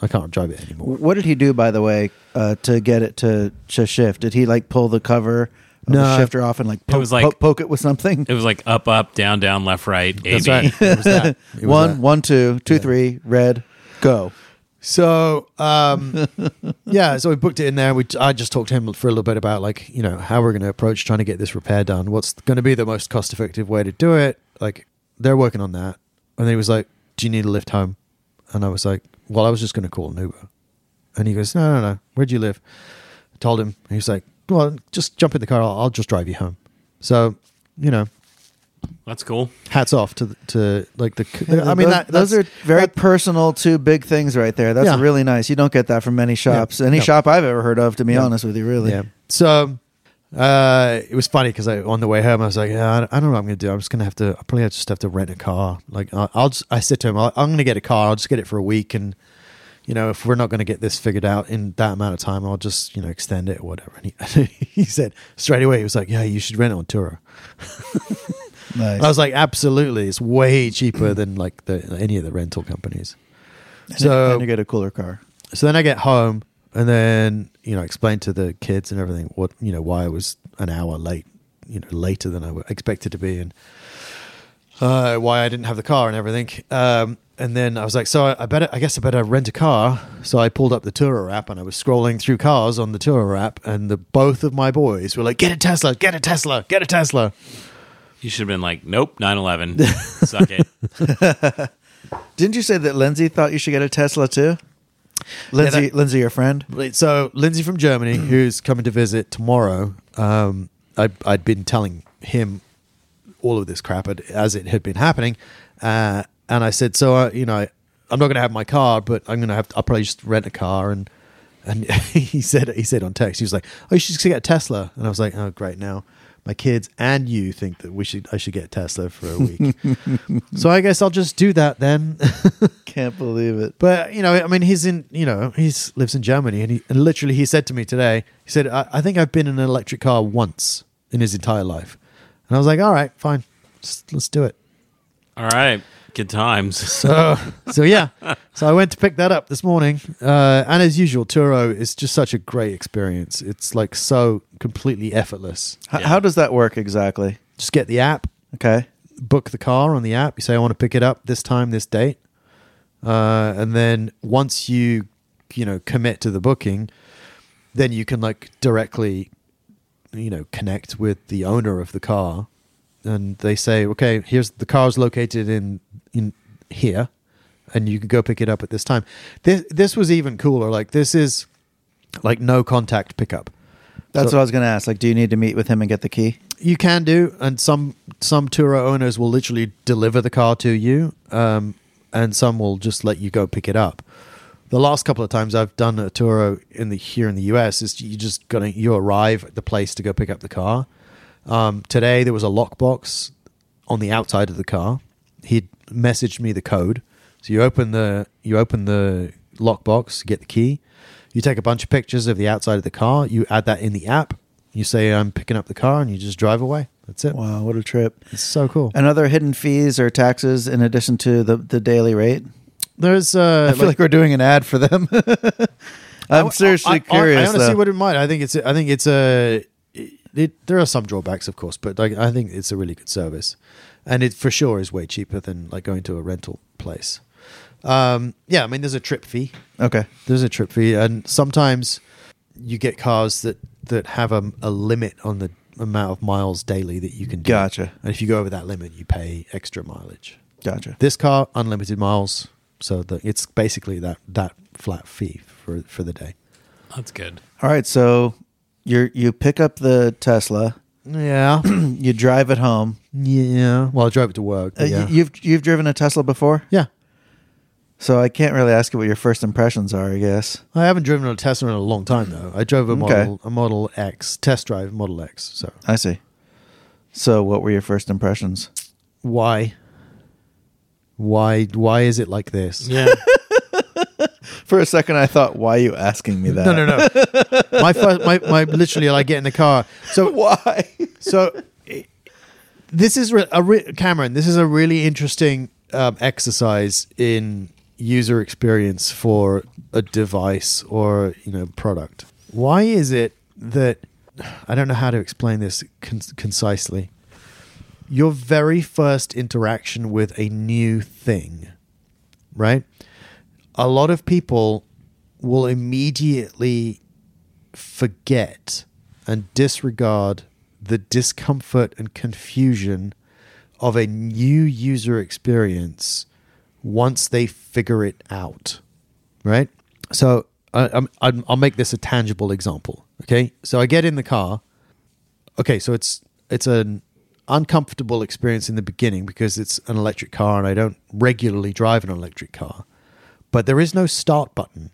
i can't drive it anymore What did he do, by the way, uh, to get it to, to shift? Did he like pull the cover of No. the shifter off and like poke, was like- poke, poke it with something? It was like up, up, down, down, left, right. that's AB. right it was that. It was One, that. one, two, two, three, red, go. So um, yeah, so we booked it in there. We I just talked to him for a little bit about like you know how we're going to approach trying to get this repair done. What's going to be the most cost effective way to do it? Like they're working on that, and then he was like, "Do you need a lift home?" And I was like, "Well, I was just going to call an Uber." And he goes, "No, no, no. Where do you live?" I told him. He was like, "Well, just jump in the car. I'll, I'll just drive you home." So you know, That's cool. Hats off to the, to like the. I mean, those, that, those are that's- very that- personal, two big things right there. That's Yeah. really nice. You don't get that from many shops, any No. shop I've ever heard of. To be No. honest with you, really. Yeah. So uh, it was funny because I on the way home I was like, yeah, I don't- I don't know what I'm gonna do. I'm just gonna have to. I probably just have to rent a car. Like I- I'll. Just, I said to him, I'll- I'm gonna get a car. I'll just get it for a week, and you know, if we're not gonna get this figured out in that amount of time, I'll just you know extend it or whatever. And he, he said straight away, he was like, Yeah, you should rent it on Turo. Nice. I was like, Absolutely, it's way cheaper than like the any of the rental companies. So Mm. and you get a cooler car. so then I get home and then you know explain to the kids and everything what you know why I was an hour late, you know later than I wa- expected to be, and uh, why I didn't have the car and everything. Um, and then I was like, so I, I better, I guess I better rent a car. So I pulled up the Tourer app and I was scrolling through cars on the Tourer app, and the both of my boys were like, get a Tesla, get a Tesla, get a Tesla. You should have been like, nope, 911. Suck it. Didn't you say that Lindsay thought you should get a Tesla too? Lindsay, that- Lindsay, your friend. So Lindsay from Germany, who's coming to visit tomorrow, um, I, I'd been telling him all of this crap ad- as it had been happening, uh, and I said, so uh, you know, I, I'm not going to have my car, but I'm going to have. I'll probably just rent a car and. And he said, he said on text, he was like, "Oh, you should just get a Tesla." And I was like, "Oh, great! Now my kids and you think that we should, I should get a Tesla for a week." so I guess I'll just do that then. Can't believe it. But you know, I mean, he's in you know he's lives in Germany, and he and literally he said to me today, he said, I, "I think I've been in an electric car once in his entire life," and I was like, "All right, fine, just, let's do it." All right. Good times. So so yeah, so I went to pick that up this morning, uh, and as usual, Turo is just such a great experience. It's like so completely effortless. H- Yeah. How does that work exactly? Just get the app, Okay. book the car on the app. You say I want to pick it up this time, this date, uh, and then once you you know commit to the booking, then you can like directly you know connect with the owner of the car, and they say, okay, here's the car's located in in here, and you can go pick it up at this time. This this was even cooler. Like this is like no contact pickup. That's So- what I was going to ask. Like, do you need to meet with him and get the key? you can do, and some some Turo owners will literally deliver the car to you, um, and some will just let you go pick it up. The last couple of times I've done a Turo in the here in the US is you just gonna you arrive at the place to go pick up the car. Um, today there was a lockbox on the outside of the car. He messaged me the code, so you open the you open the lockbox, get the key. You take a bunch of pictures of the outside of the car. You add that in the app. You say I'm picking up the car, and you just drive away. That's it. Wow, Uh, what a trip. It's so cool. And other hidden fees or taxes in addition to the, the daily rate? There's uh, I feel like we're doing an ad for them. I'm seriously I- I- I, curious. honestly though. wouldn't mind. I think it's I think it's a. It, there are some drawbacks, of course, but like I think it's a really good service, and it for sure is way cheaper than like going to a rental place. Um, yeah, I mean, there's a trip fee. Okay. There's a trip fee, and sometimes you get cars that that have a, a limit on the amount of miles daily that you can do. Gotcha. And if you go over that limit, you pay extra mileage. Gotcha. This car, unlimited miles, so the, it's basically that that flat fee for for the day. That's good. All right. So you you pick up the Tesla, Yeah, you drive it home. yeah. Well, I drove it to work. Uh, but yeah. y- you've you've driven a Tesla before, yeah, so I can't really ask you what your first impressions are. I guess. I haven't driven a Tesla in a long time though. I drove a model a Model X test drive Model X. So I see. So what were your first impressions? why, why, why is it like this? Yeah. For a second, I thought, why are you asking me that? No, no, no. my first, my, my literally, like get in the car. So Why? so i- this is re- a re- Cameron. This is a really interesting um, exercise in user experience for a device or you know product. Why is it that I don't know how to explain this con- concisely? Your very first interaction with a new thing, right? A lot of people will immediately forget and disregard the discomfort and confusion of a new user experience once they figure it out right so I, I'm, I'm, i'll make this a tangible example okay so i get in the car okay so it's it's an uncomfortable experience in the beginning because it's an electric car and I don't regularly drive an electric car. But there is no start button.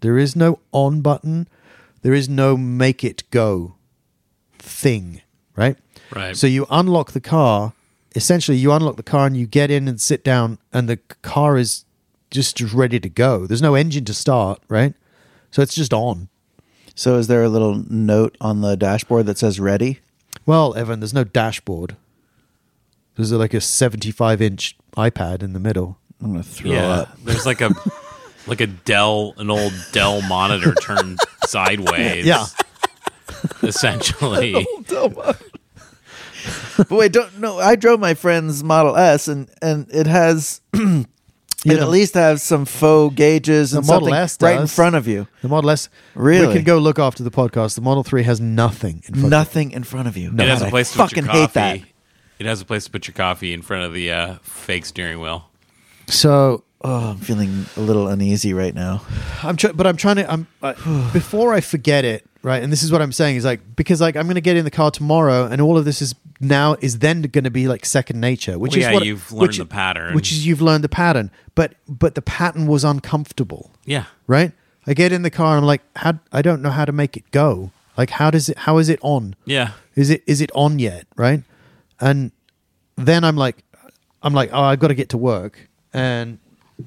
There is no on button. There is no make it go thing, right? Right. So you unlock the car. Essentially, you unlock the car and you get in and sit down, and the car is just ready to go. There's no engine to start, right? So it's just on. So is there a little note on the dashboard that says ready? Well, Evan, there's no dashboard. There's like a 75 inch iPad in the middle. I'm gonna throw yeah. up. There's like a like a Dell, an old Dell monitor turned sideways. Yeah. essentially. but wait, don't no. I drove my friend's Model S, and and it has it know- at least has some faux gauges and The Model something S right in does. front of you. The Model S. Really? We can go look after the podcast. The Model 3 has nothing in front of Nothing in front of you. it has God, a I place to put fucking your hate coffee. that. It has a place to put your coffee in front of the uh, fake steering wheel. it. So Oh, I'm feeling a little uneasy right now. I'm try- but I'm trying to I'm I before I forget it, right? And this is what I'm saying is like because like I'm going to get in the car tomorrow and all of this is now is then going to be like second nature, which Well, is yeah, what you've learned which- the pattern. Which is you've learned the pattern. But but the pattern was uncomfortable. Yeah. Right? I get in the car and I'm like how I don't know how to make it go. Like how does it how is it on? Yeah. Is it is it on yet? Right? And then I'm like, I'm like, oh, I've got to get to work, and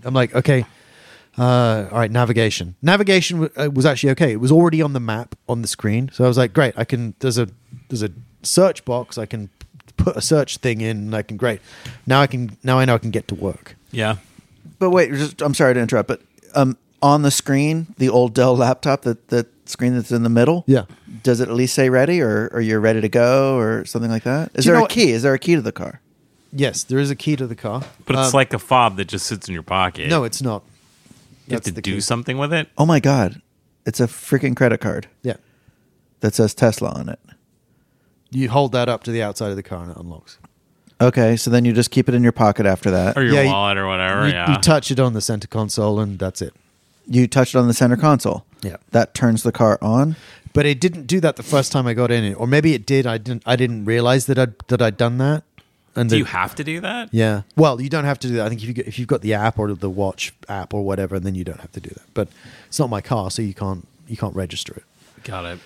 I'm like, okay, uh, all right, navigation. Navigation w- uh, was actually okay. It was already on the map on the screen, so I was like, great, I can. There's a there's a search box. I can put a search thing in. And I can great. Now I can now I know I can get to work. Yeah. But wait, just, I'm sorry to interrupt, but um, on the screen, the old Dell laptop, that that screen that's in the middle, Yeah. does it at least say ready or or you're ready to go or something like that? Is Do you there know a what- key? Is there a key to the car? Yes, there is a key to the car, But it's Um, like a fob that just sits in your pocket. no, it's not. you have that's to the do key. something with it. Oh my god, it's a freaking credit card Yeah, that says Tesla on it. you hold that up to the outside of the car and it unlocks. Okay, so then you just keep it in your pocket after that. Or your Yeah, you- wallet or whatever. you, Oh, yeah. you touch it on the center console and that's it. you touch it on the center console. Yeah. That turns the car on. But it didn't do that the first time I got in it, or maybe it did. I didn't. I didn't realize that I would that I'd done that. And do that- you have to do that? Yeah. Well, you don't have to do that. I think if you get, if you've got the app or the watch app or whatever, then you don't have to do that. But it's not my car, so you can't you can't register it. Got it.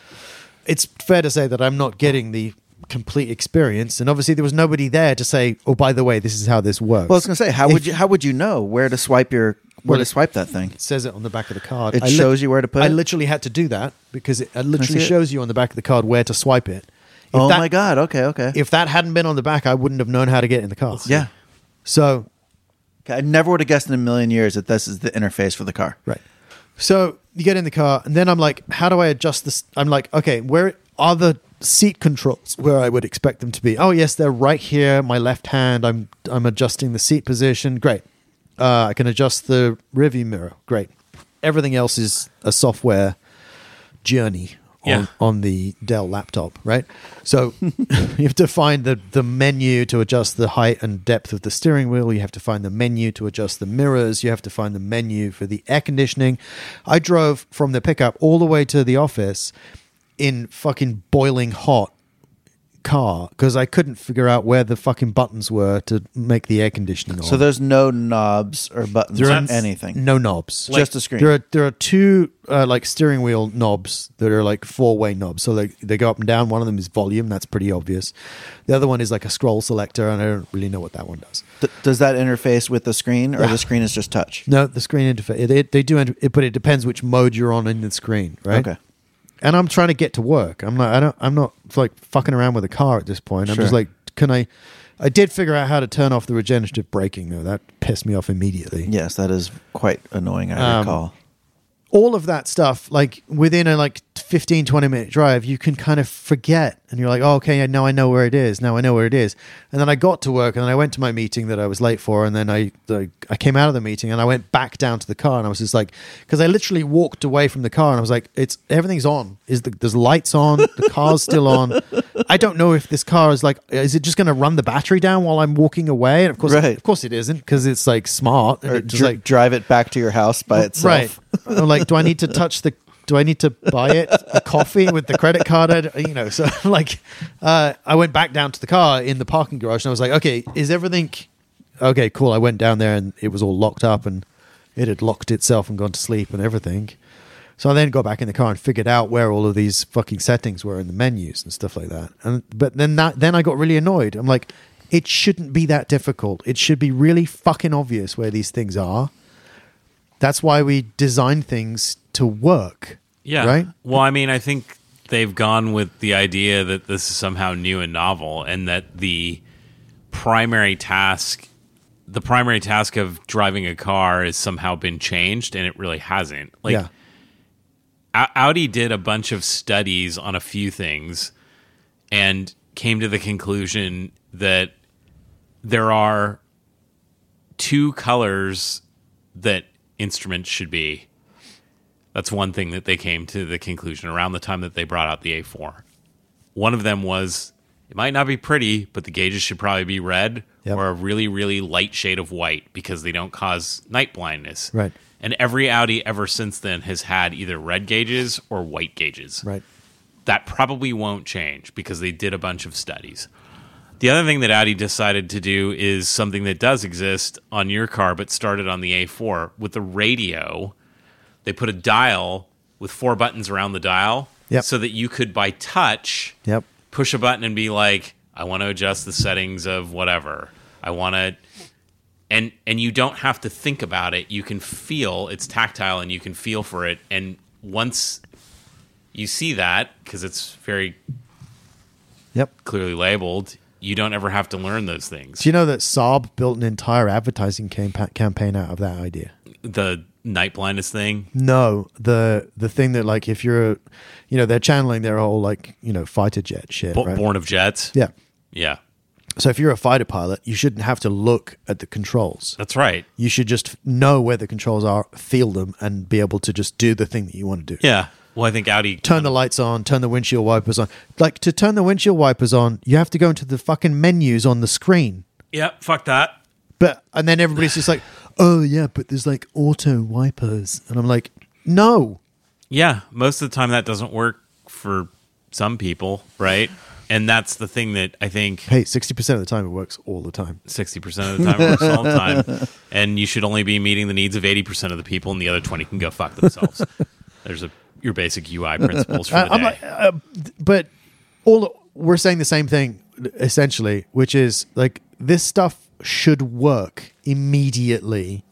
It's fair to say that I'm not getting the complete experience, and obviously there was nobody there to say, "Oh, by the way, this is how this works." Well, I was gonna say, how If- would you how would you know where to swipe your where Well, to it- swipe that thing? It says it on the back of the card. It lit- shows you where to put I it? literally had to do that because it, it see literally it? shows you on the back of the card where to swipe it. If oh that- my god. Okay. Okay. if that hadn't been on the back, I wouldn't have known how to get in the car. yeah. So Okay, I never would have guessed in a million years that this is the interface for the car. right. So you get in the car, and then I'm like, how do I adjust this? I'm like, okay, where are the seat controls where I would expect them to be? Oh yes, they're right here. My left hand. I'm I'm adjusting the seat position. Great. Uh, I can adjust the rearview mirror. Great. Everything else is a software journey on, Yeah. on the Dell laptop, right? So you have to find the, the menu to adjust the height and depth of the steering wheel. You have to find the menu to adjust the mirrors. You have to find the menu for the air conditioning. I drove from the pickup all the way to the office in fucking boiling hot car because I couldn't figure out where the fucking buttons were to make the air conditioning on. So there's no knobs or buttons There or aren't- anything. no knobs. Just a screen. There are there are two uh, like steering wheel knobs that are like four way knobs. So they they go up and down. One of them is volume. That's pretty obvious. The other one is like a scroll selector, and I don't really know what that one does. Th- does that interface with the screen, or Yeah. the screen is just touch? No, the screen interface. It, it, they do, inter- it, but it depends which mode you're on in the screen, right? Okay. And I'm trying to get to work. I'm not. I don't. I'm not like fucking around with a car at this point. I'm Sure. just like, can I? I did figure out how to turn off the regenerative braking though. That pissed me off immediately. Yes, that is quite annoying. Um, I recall. all of that stuff like within a like 15 20 minute drive you can kind of forget and you're like oh, okay now i know where it is now i know where it is and then i got to work and then i went to my meeting that i was late for and then i the, i came out of the meeting and i went back down to the car and i was just like because i literally walked away from the car and i was like it's everything's on is the there's lights on the car's still on i don't know if this car is like is it just going to run the battery down while i'm walking away and of course Right. of course it isn't because it's like smart and Or it just dri- like drive it back to your house by itself. Right. I'm like, do I need to touch the do I need to buy it a coffee with the credit card? I d- you know, so like, uh, I went back down to the car in the parking garage and I was like, okay, is everything okay? Cool. I went down there and it was all locked up and it had locked itself and gone to sleep and everything. So I then got back in the car and figured out where all of these fucking settings were in the menus and stuff like that. And but then that then I got really annoyed. I'm like, it shouldn't be that difficult. It should be really fucking obvious where these things are. That's why we design things to work. Yeah. Right? Well, I mean, I think they've gone with the idea that this is somehow new and novel and that the primary task the primary task of driving a car has somehow been changed and it really hasn't. Like yeah. Au- Audi did a bunch of studies on a few things and came to the conclusion that there are two colors that instruments should be. That's one thing that they came to the conclusion around the time that they brought out the A4. One of them was it might not be pretty, but the gauges should probably be red Yep. or a really, really light shade of white because they don't cause night blindness. Right. And every Audi ever since then has had either red gauges or white gauges Right. that probably won't change because they did a bunch of studies. The other thing that Audi decided to do is something that does exist on your car, but started on the A4 with the radio. They put a dial with four buttons around the dial Yep. so that you could, by touch, Yep. push a button and be like, I want to adjust the settings of whatever. I want to. And, and you don't have to think about it. You can feel it's tactile and you can feel for it. And once you see that, because it's very Yep. clearly labeled, you don't ever have to learn those things. Do you know that Saab built an entire advertising campa- campaign out of that idea? The night blindness thing. No, the the thing that like if you're, you know, they're channeling their whole like you know fighter jet shit. Bo- right? Born of jets. Yeah. Yeah. So if you're a fighter pilot, you shouldn't have to look at the controls. That's right. You should just know where the controls are, feel them, and be able to just do the thing that you want to do. Yeah. Well, I think Audi. Turn the lights on, turn the windshield wipers on. Like to turn the windshield wipers on, you have to go into the fucking menus on the screen. Yeah. Fuck that. But and then everybody's just like, "Oh yeah, but there's like auto wipers," and I'm like, "No, Yeah. Most of the time, that doesn't work for some people, right? And that's the thing that I think hey, sixty percent of the time it works all the time." sixty percent of the time works all the time, and you should only be meeting the needs of eighty percent of the people, and the other twenty can go fuck themselves. There's a your basic UI principles for the I- I'm day. like, uh, but all we're saying the same thing essentially, which is like this stuff should work immediately.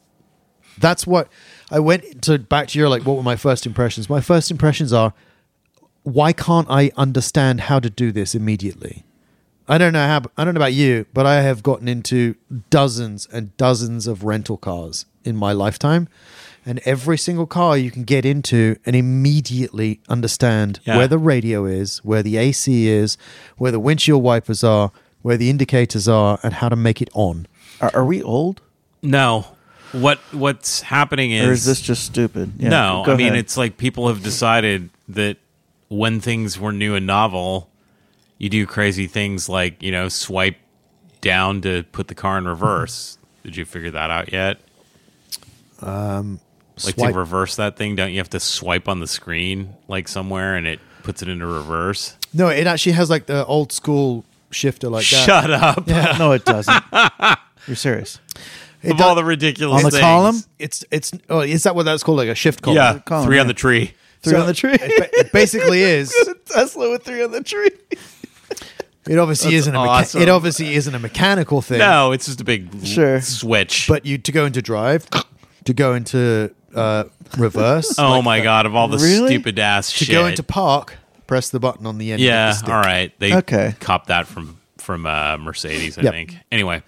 That's what I went to back to your like. What were my first impressions? My first impressions are, why can't I understand how to do this immediately? I don't know how. I don't know about you, but I have gotten into dozens and dozens of rental cars in my lifetime, and every single car you can get into and immediately understand Yeah. where the radio is, where the AC is, where the windshield wipers are, where the indicators are, and how to make it on. Are, are we old, No. What what's happening is, or is this just stupid? Yeah, no. go I mean, ahead. it's like people have decided that when things were new and novel, you do crazy things like you know swipe down to put the car in reverse. Did you figure that out yet? Um, Like Swipe- to reverse that thing, don't you have to swipe on the screen like somewhere and it puts it into reverse? no, it actually has like the old school shifter like that. Shut up! no, it doesn't. You're serious? It of all does- the ridiculous On the things. column? it's it's oh, is that what that's called? Like a shift column? yeah, column, three yeah. on the tree. Three So- on the tree. It ba- it basically is. Tesla with three on the tree. It obviously isn't a mecha- awesome. it obviously isn't a mechanical thing. No, it's just a big Sure. switch. But you to go into drive, to go into uh, reverse, oh my god, of all the Really? stupid ass to shit. go into park, press the button on the end. Yeah, Of the stick. all right. They Okay. cop that from from uh, Mercedes, I Yep. think. Anyway,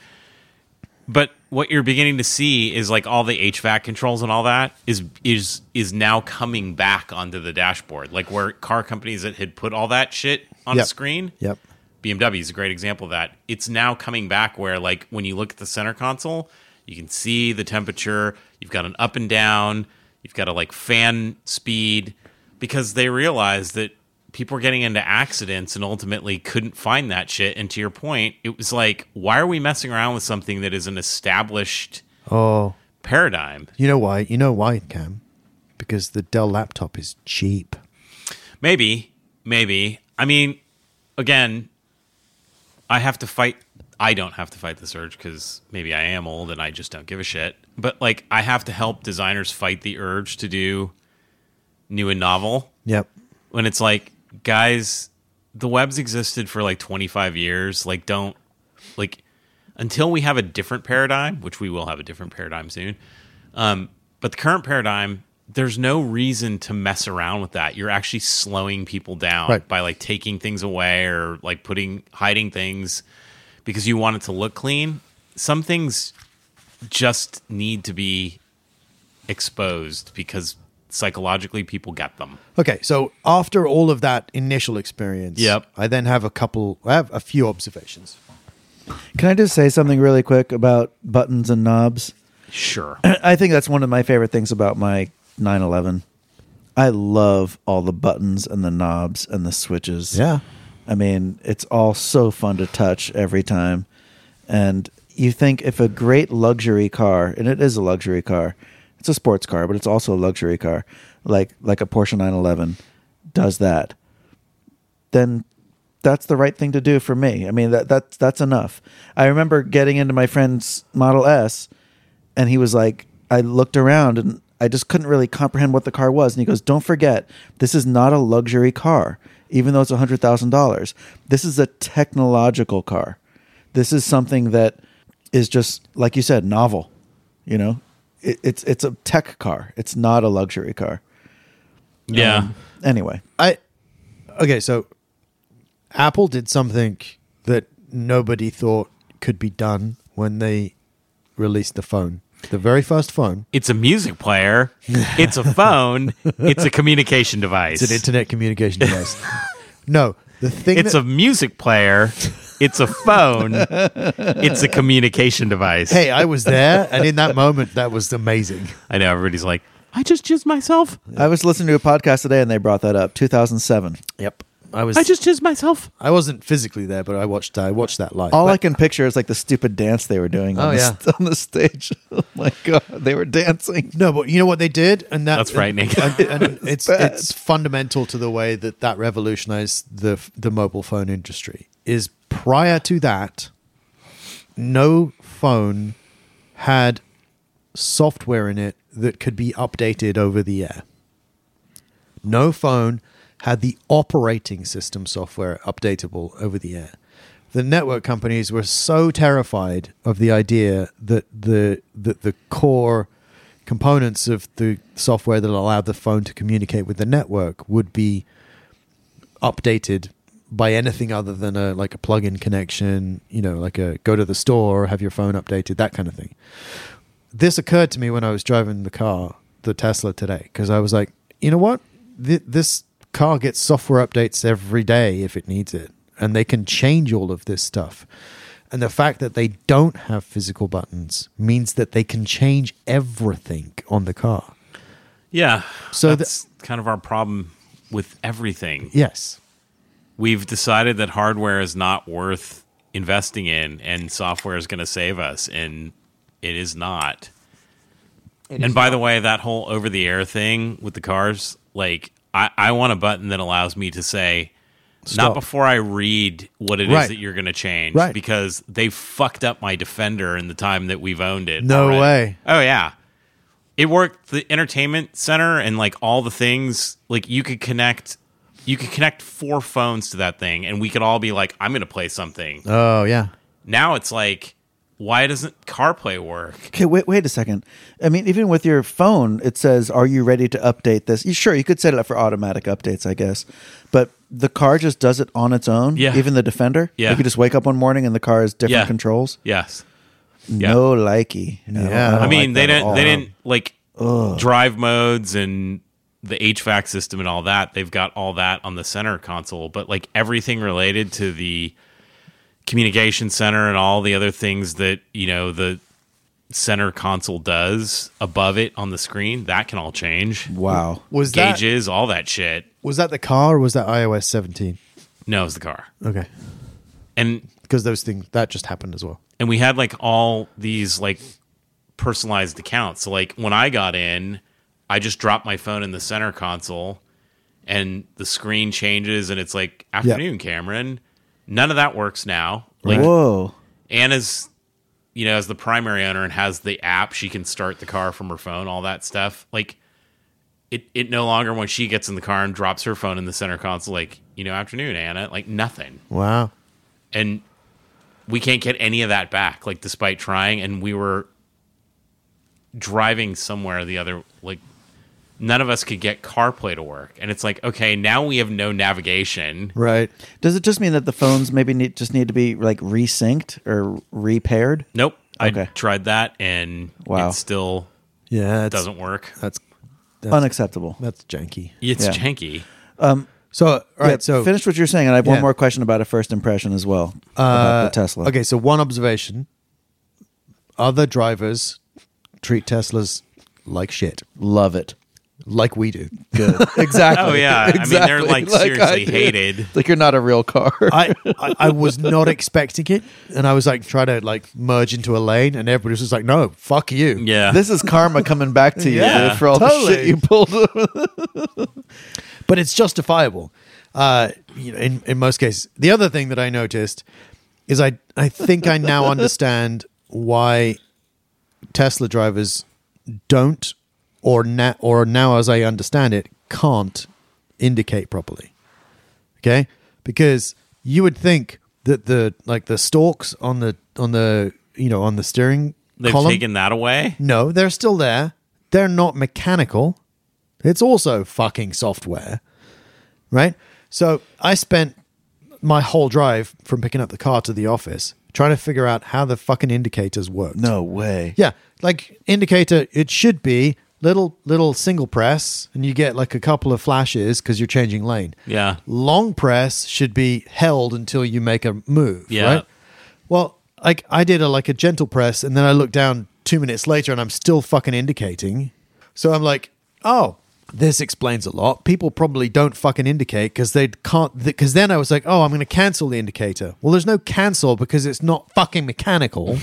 but what you're beginning to see is like all the HVAC controls and all that is is is now coming back onto the dashboard. Like where car companies that had put all that shit on Yep. a screen. Yep. BMW is a great example of that. It's now coming back where, like, when you look at the center console, you can see the temperature. You've got an up and down. You've got a like fan speed because they realize that people are getting into accidents and ultimately couldn't find that shit. And to your point, it was like, why are we messing around with something that is an established Oh, paradigm? you know why? You know why, Cam? because the Dell laptop is cheap. Maybe, maybe. I mean, again, I have to fight. I don't have to fight this urge because maybe I am old and I just don't give a shit. But like, I have to help designers fight the urge to do new and novel Yep. when it's like, guys, the web's existed for like 25 years. Like, don't, like, until we have a different paradigm, which we will have a different paradigm soon. Um, but the current paradigm, there's no reason to mess around with that. You're actually slowing people down Right. by like taking things away or like putting, hiding things because you want it to look clean. Some things just need to be exposed because psychologically people get them. Okay, so after all of that initial experience, Yep. I then have a couple, I have a few observations. Can I just say something really quick about buttons and knobs? Sure. I think that's one of my favorite things about my 911. I love all the buttons and the knobs and the switches. Yeah. I mean, it's all so fun to touch every time. And you think if a great luxury car, and it is a luxury car, it's a sports car, but it's also a luxury car, like like a Porsche 911 does that, then that's the right thing to do for me. I mean, that that's that's enough. I remember getting into my friend's Model S and he was like i looked around and i just couldn't really comprehend what the car was and he goes don't forget this is not a luxury car even though it's $100000 this is a technological car this is something that is just like you said novel you know it, it's it's a tech car it's not a luxury car Yeah. anyway I okay, so Apple did something that nobody thought could be done when they released the phone, the very first phone. it's a music player. It's a phone. it's a communication device. It's an internet communication device. no, the thing It's that- a music player. It's a phone. it's a communication device. hey, I was there, and in that moment, that was amazing. I know everybody's like, I just jizzed myself. i was listening to a podcast today and they brought that up 2007 Yep, I was. I just jizzed myself. I wasn't physically there, but I watched. I watched that live. all But- I can picture is like the stupid dance they were doing Oh, on, yeah. the, on the stage. oh my god, they were dancing. No, but you know what they did, and that, That's frightening. And, and it's bad. it's fundamental to the way that that revolutionized the the mobile phone industry. Is prior to that, no phone had software in it that could be updated over the air. No phone had the operating system software updatable over the air. The network companies were so terrified of the idea that the that the core components of the software that allowed the phone to communicate with the network would be updated by anything other than a like a plug-in connection, you know, like a go to the store, have your phone updated, that kind of thing this occurred to me when I was driving the car, the Tesla today, because I was like, you know what? Th- this car gets software updates every day if it needs it, and they can change all of this stuff. And the fact that they don't have physical buttons means that they can change everything on the car. Yeah. So that's kind of our problem with everything. Yes. We've decided that hardware is not worth investing in and software is going to save us. And it is not. and by the way, that whole over the air thing with the cars, like I, I want a button that allows me to say, Stop. not before I read what it is Right. that you're going to change, Right. because they fucked up my Defender in the time that we've owned it. No already. way. Oh yeah, it worked. The entertainment center and like all the things, like you could connect, you could connect four phones to that thing, and we could all be like, I'm going to play something. Oh yeah. now it's like, why doesn't CarPlay work? Okay, wait, wait a second. I mean, even with your phone, it says, "Are you ready to update this?" You sure you could set it up for automatic updates, I guess, but the car just does it on its own. Yeah. Even the Defender. Yeah. You could just wake up one morning and the car has different Yeah. controls. Yes. No likey. No, Uh, Yeah. Um, don't I mean, like they that at didn't. all. They didn't like drive modes and the HVAC system and all that. They've got all that on the center console, but like everything related to the communication center and all the other things that you know the center console does above it on the screen, that can all change. Wow. Was that Gauges, all that shit. was that the car or was that iOS 17? No, it's the car, Okay. and Because those things that just happened as well. and we had like all these like personalized accounts. So like when I got in, I just drop my phone in the center console and the screen changes and it's like afternoon, Cameron. None of that works now. Like Whoa. Anna's, you know, as the primary owner and has the app, she can start the car from her phone, all that stuff. Like, it, it no longer, when she gets in the car and drops her phone in the center console, like, you know, afternoon, Anna, like nothing. Wow. And we can't get any of that back, like, despite trying. And we were driving somewhere the other, like, none of us could get CarPlay to work. And it's like, okay, now we have no navigation. Right. Does it just mean that the phones maybe need, just need to be like resynced or repaired? Nope. I Okay. tried that and Wow. it still Yeah. That's, doesn't work. That's that's, Unacceptable. that's janky. It's Yeah. janky. So all right. Yeah, so finish what you're saying, and I have Yeah. one more question about a first impression as well about the Tesla. Okay, so one observation: other drivers treat Teslas like shit, love it. like we do. Good, exactly. Oh yeah, I mean they're Exactly, like, like I seriously did. hated. Like you're not a real car. I, I I was not expecting it, and I was like trying to like merge into a lane, and everybody was just like, "No, fuck you." Yeah, this is karma coming back to you Yeah. dude, for all the Totally. shit you pulled. but it's justifiable. Uh, you know, in in most cases. The other thing that I noticed is I I think I now understand why Tesla drivers don't or na- or now as I understand it can't indicate properly. Okay, because you would think that the like the stalks on the on the you know on the steering they've column taken that away. no, they're still there. They're not mechanical. It's also fucking software. Right? So I spent my whole drive from picking up the car to the office trying to figure out how the fucking indicators work. no way. Yeah. Like indicator, it should be little little single press and you get like a couple of flashes because you're changing lane. Yeah, Long press should be held until you make a move. Yeah. Right? Well, like I did a like a gentle press, and then I looked down two minutes later, and I'm still fucking indicating. So I'm like, oh, this explains a lot. People probably don't fucking indicate because they can't. Because then I was like, oh, I'm going to cancel the indicator. Well, there's no cancel because it's not fucking mechanical.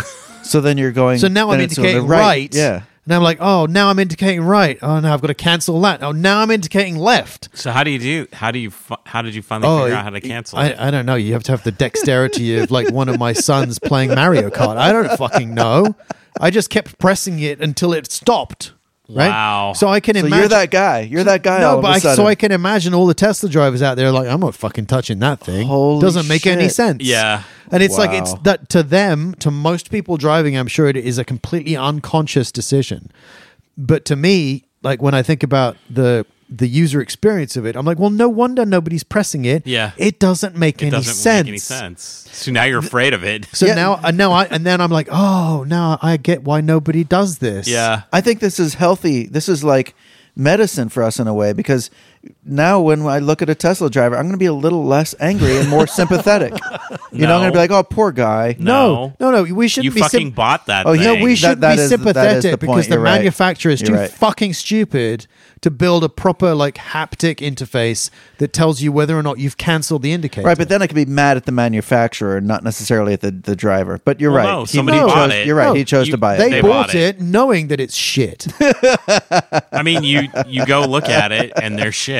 So then you're going. So now I'm then it's on the indicating right. Yeah. And I'm like, oh, now I'm indicating right. Oh, now I've got to cancel that. Oh, now I'm indicating left. So how do you do? How do you? fi- How did you finally Oh, figure out how to cancel? it? I, I don't know. You have to have the dexterity of like one of my sons playing Mario Kart. I don't fucking know. I just kept pressing it until it stopped. Right? Wow. So I can So imagine. you're that guy. You're that guy. all no, of but a I, sudden. so I can imagine all the Tesla drivers out there like I'm not fucking touching that thing. Holy Doesn't make any shit. sense. Yeah. and it's like it's Wow. that to them, to most people driving, I'm sure it is a completely unconscious decision. But to me, like when I think about the the user experience of it, I'm like, well, no wonder nobody's pressing it. Yeah. it doesn't make any doesn't sense. make any sense. So now you're afraid of it. So Yeah. now, and now I, and then I'm like, oh, now I get why nobody does this. Yeah, I think this is healthy. This is like medicine for us in a way because now when I look at a Tesla driver, I'm going to be a little less angry and more sympathetic. You know, I'm going to be No. like, "Oh, poor guy." No, no, no. We you shouldn't be fucking sim- bought that. Oh, thing. yeah, Yeah, we That- should that be is- that is the sympathetic point. because the You're right. manufacturer is You're too right. fucking stupid to build a proper like haptic interface that tells you whether or not you've cancelled the indicator. Right, but then I could be mad at the manufacturer, not necessarily at the, the driver. But you're Well, right. no, He- somebody he bought chose- it. You're right. No, he chose you- to buy it. they, they bought, bought it. it. knowing that it's shit. I mean, you you go look at it and they're shit.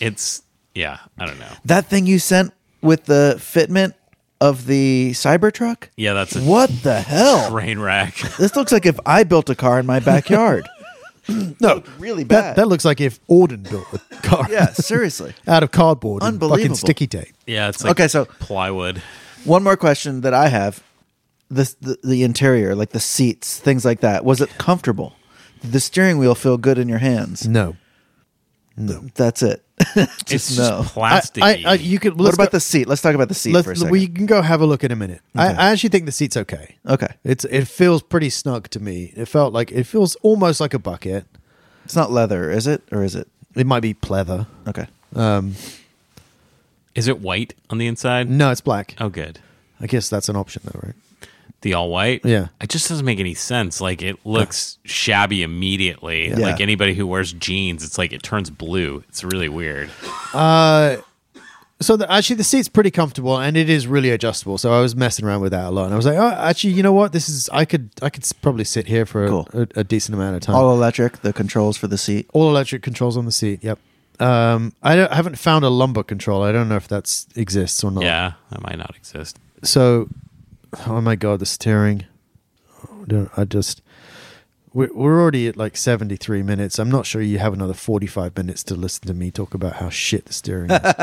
It's yeah. I don't know. that thing you sent with the fitment of the Cybertruck? Yeah, that's a What the hell? train wreck. This looks like if I built a car in my backyard. no, really that, bad. that looks like if Auden built a car yeah, seriously. out of cardboard and fucking Unbelievable. sticky tape. Yeah, it's like Okay, so- plywood. One more question that I have: the, the the interior, like the seats, things like that. Was it comfortable? Did the steering wheel feel good in your hands? No, That's it. just It's just no. I, plasticky. I, I, you could. what let's about go- the seat? Let's talk about the seat Let's, for a second. we can go have a look in a minute. I, I actually think the seat's okay. okay, It's it feels pretty snug to me. It felt like it feels almost like a bucket. it's not leather, is it? Or is it? It might be pleather. Okay. Is it white on the inside? No, it's black. Oh, good. I guess that's an option though, right? the all white. Yeah. It just doesn't make any sense. Like it looks shabby immediately. Yeah. Like anybody who wears jeans, it's like it turns blue. It's really weird. So the, actually, the seat's pretty comfortable, and it is really adjustable. So I was messing around with that a lot, and I was like, "Oh, actually, you know what? This is I could I could s- probably sit here for a, Cool. a, a decent amount of time." All electric, the controls for the seat. All electric controls on the seat. Yep. Um, I, don't, I haven't found a lumbar control. I don't know if that's exists or not. Yeah, that might not exist. So, oh my god, the steering. I don't- I just we're, we're already at like seventy three minutes. I'm not sure you have another forty five minutes to listen to me talk about how shit the steering is.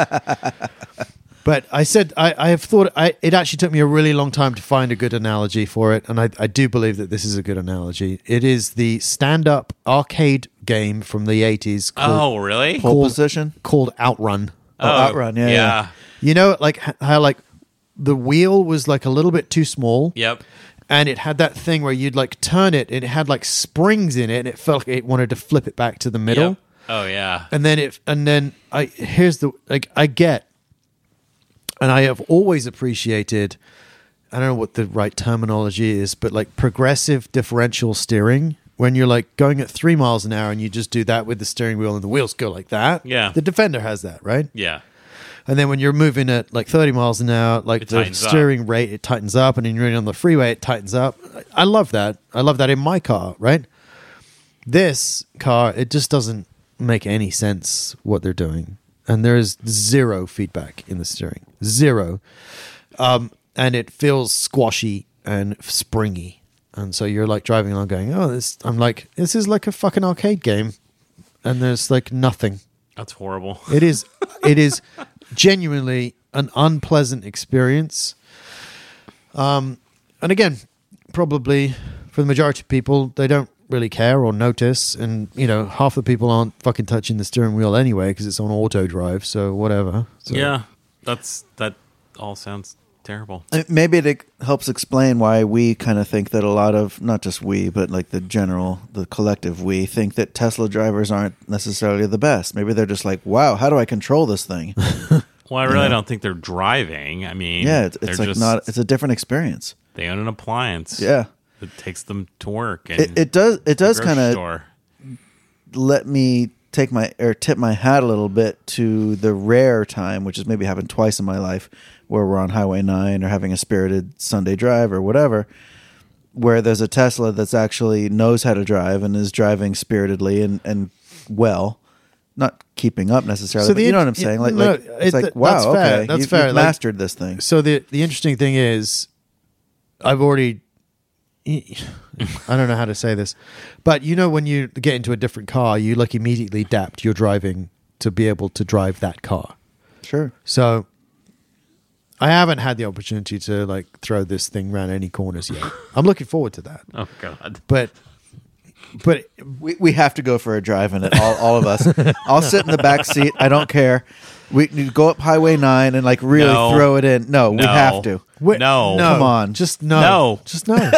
But I said I, I have thought I, it actually took me a really long time to find a good analogy for it, and I, I do believe that this is a good analogy. It is the stand-up arcade game from the eighties called, Oh, really? Pole position. called Outrun. Oh, outrun. Yeah, yeah. You know, like h- how like the wheel was like a little bit too small. Yep. And it had that thing where you'd like turn it, and it had like springs in it, and it felt like it wanted to flip it back to the middle Yep. Oh, yeah. and then if and then I here's the like I get, and I have always appreciated. I don't know what the right terminology is, but like progressive differential steering, when you're like going at three miles an hour and you just do that with the steering wheel and the wheels go like that. Yeah. The Defender has that, right? Yeah. And then when you're moving at like 30 miles an hour, like It the tightens up. steering rate, it tightens up. And then you're on the freeway, it tightens up. I I love that. I love that in my car, right? This car, it just doesn't make any sense what they're doing. And there is zero feedback in the steering, zero. Um, and it feels squashy and springy. And so you're like driving along going, oh, this, I'm like, this is like a fucking arcade game. And there's like nothing. That's horrible. It is it is genuinely an unpleasant experience. Um, and again, probably for the majority of people, they don't really care or notice, and you know, half the people aren't fucking touching the steering wheel anyway because it's on auto drive, so whatever. So, Yeah. That's that all sounds terrible. Uh, Maybe it ex- helps explain why we kind of think that a lot of not just we, but like the general, the collective we think that Tesla drivers aren't necessarily the best. Maybe they're just like, wow, how do I control this thing? Well, I really don't think they're driving. I mean, yeah, it's, they're it's like just, not. It's a different experience. they own an appliance. Yeah, It takes them to work. And it, it does. It does grocery kind of store. let me take my or tip my hat a little bit to the rare time, which has maybe happened twice in my life, where we're on Highway Nine or having a spirited Sunday drive or whatever, where there's a Tesla that's actually knows how to drive and is driving spiritedly and and well. Not keeping up necessarily, So but the you know what I'm int- saying? yeah, Like, no, like it- it's like, that- wow, that's okay, fair, that's you've- fair, you've like- mastered this thing. So the the interesting thing is, I've already. I don't know how to say this, but you know when you get into a different car, you like immediately adapt your driving to be able to drive that car. Sure, So I haven't had the opportunity to like throw this thing around any corners yet. I'm looking forward to that. Oh God. But but We, we have to go for a drive in it, all, all of us. I'll sit in the back seat. I don't care. We can go up Highway 9 and like really No. throw it in. No, we No. have to. wait, No. Come on. Just no. No. Just no.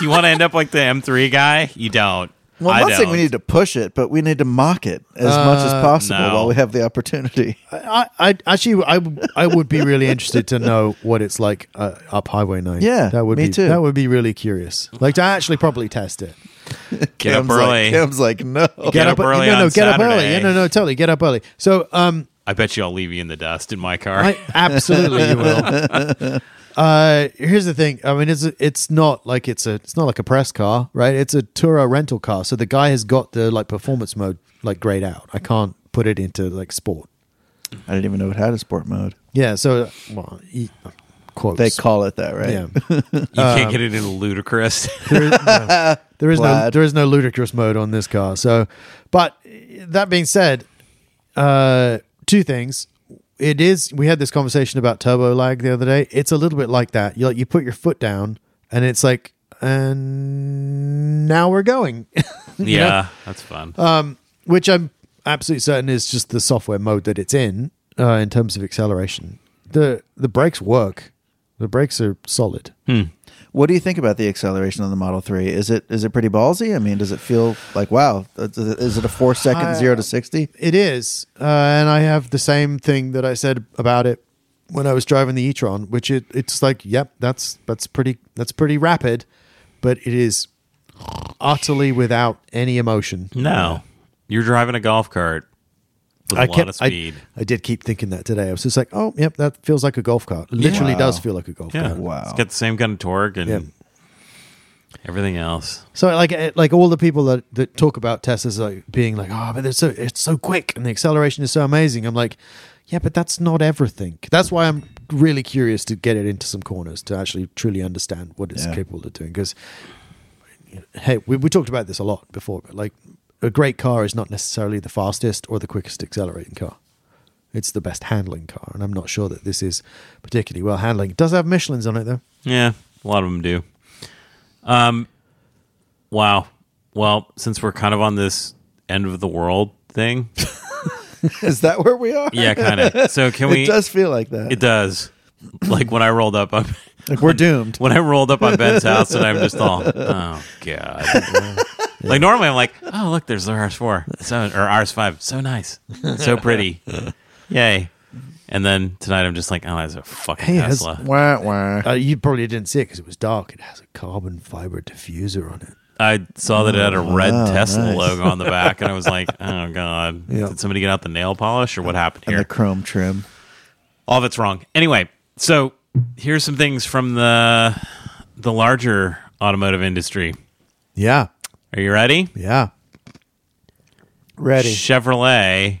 you want to end up like the M3 guy? You don't. Well, I I'm not don't. saying we need to push it, but we need to mock it as much as possible no. while we have the opportunity. I, I actually I I would be really interested to know what it's like uh, up Highway 9. Yeah, That would me be too. that would be really curious. Like to actually probably test it. get up Kim's like- early. Kim's like, no. Get up early No, no, on get up early. Saturday. Yeah, no, no, totally. Get up early. So, um I bet you I'll leave you in the dust in my car. I absolutely you will. Uh, here's the thing. I mean, it's it's not like it's a it's not like a press car, right? It's a Tourer rental car. So the guy has got the like performance mode like grayed out. I can't put it into like sport. I didn't even know it had a sport mode. Yeah. So well, e- quotes. They call it that, right? yeah. you um, can't get it in ludicrous. There is, no, there is no Plaid. there is no ludicrous mode on this car. So, but that being said, uh, two things. It is we had this conversation about turbo lag the other day. It's a little bit like that. You like you put your foot down and it's like and now we're going, yeah, that's fun. Uh, which I'm absolutely certain is just the software mode that it's in uh, in terms of acceleration. The the brakes work. The brakes are solid. What do you think about the acceleration on the Model 3? Is it is it pretty ballsy? I mean, does it feel like, wow, is it a four second I- 0 to 60? It is, uh, and I have the same thing that I said about it when I was driving the e-tron, which it it's like, yep, that's that's pretty that's pretty rapid, but it is utterly without any emotion. no, you're driving Hmm. a golf cart. with a lot of speed. I, I did keep thinking that today. I was just like, oh, yep, that feels like a golf cart. It Literally Wow. does feel like a golf yeah, Hmm. cart. Oh, Wow. It's got the same kind of torque and Yeah. everything else. So like it- like all the people that, that talk about Teslas like being like, oh, but it's so it's so quick and the acceleration is so amazing. I'm like, yeah, but that's not everything. That's why I'm really curious to get it into some corners to actually truly understand what it's Yeah. capable of doing. Because hey, we, we talked about this a lot before, but like a great car is not necessarily the fastest or the quickest accelerating car. It's the best handling car, and I'm not sure that this is particularly well handling. It does have Michelin's on it though. Yeah, a lot of them do. Um, wow. Well, since we're kind of on this end of the world thing, Is that where we are? yeah, kind of. So can we? it does feel like that. It does. Like when I rolled up, I'm, Like we're doomed. when I rolled up on Ben's house, and I'm just all, oh god. Like normally, I'm like, oh look, there's the RS4, so or RS5, so nice, so pretty, yay. And then tonight, I'm just like, oh, that's a fucking Hey, it has Tesla. Wah, wah. Uh, you probably didn't see it because it was dark. It has a carbon fiber diffuser on it. I saw that it had a red Oh, wow, Tesla nice. logo on the back, and I was like, oh god, Yeah. did somebody get out the nail polish or what happened and here? the chrome trim. all of it's wrong. Anyway, so here's some things from the the larger automotive industry. Yeah, Are you ready? yeah. Ready. Chevrolet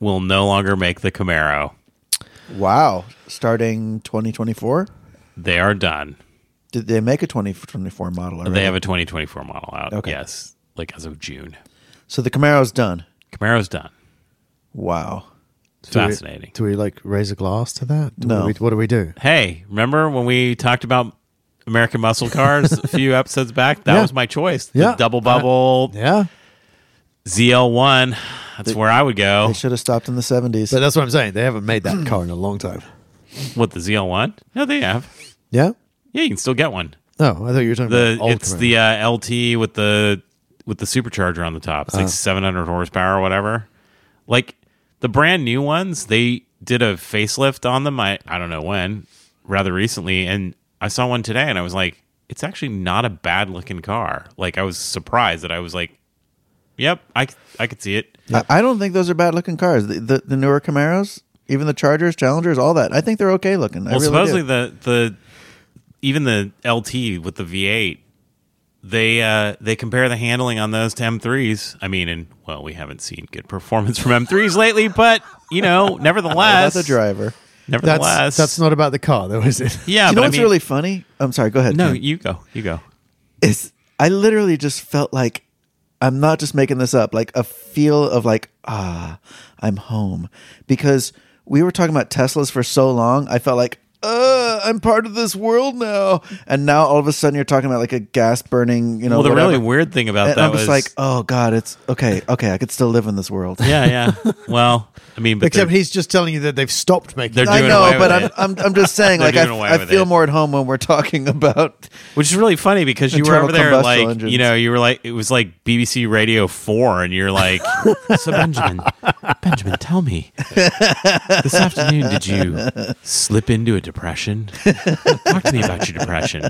will no longer make the Camaro. Wow. Starting 2024? They are done. Did they make a 2024 model already? They have a 2024 model out. Okay. Yes, like as of June. so the Camaro's done. Camaro's done. Wow. It's fascinating. Do we, like raise a glass to that? Do No. We, what do we do? hey, remember when we talked about American muscle cars a few episodes back? That Yeah. was my choice. The Yeah. double bubble Yeah, ZL1. That's where I would go. They should have stopped in the 70s. but that's what I'm saying. They haven't made that car in a long time. What the ZL1? No, they have. Yeah. Yeah, you can still get one. Oh, I thought you were talking The about old it's Camaro. the uh, LT with the with the supercharger on the top. It's like 700 horsepower or whatever. Like the brand new ones, they did a facelift on them. I I don't know when, rather recently, and I saw one today, and I was like, it's actually not a bad looking car. Like I was surprised that I was like, yep, I c- I could see it. I, I don't think those are bad looking cars. The, the, the newer Camaros, even the Chargers, Challengers, all that. I think they're okay looking. I Well, really supposedly do. the the even the LT with the V8, they uh, they compare the handling on those to M3s. I mean, and well, we haven't seen good performance from M3s lately, but you know, About nevertheless, the driver. that's nevertheless, that's not about the car though, is it? Yeah, you but know I what's mean, really funny? I'm sorry. Go ahead. no. Ken. You go, you go. it's I literally just felt like I'm not just making this up, like a feel of like, ah, I'm home. Because we were talking about Teslas for so long, I felt like, uh, I'm part of this world now. And now all of a sudden you're talking about like a gas burning, you know, Well, the whatever. really weird thing about and that I'm just was like, oh God, it's okay, okay, I could still live in this world. yeah, yeah. Well, I mean, but Except they're- he's just telling you that they've stopped making. They're it. I doing know, away with but I'm, it. I'm I'm just saying, They're like I, doing away I with feel it. more at home when we're talking about which is really funny because you Internal were over there combustion like engines. you know you were like it was like BBC Radio Four and you're like so Benjamin Benjamin tell me this afternoon did you slip into a depression talk to me about your depression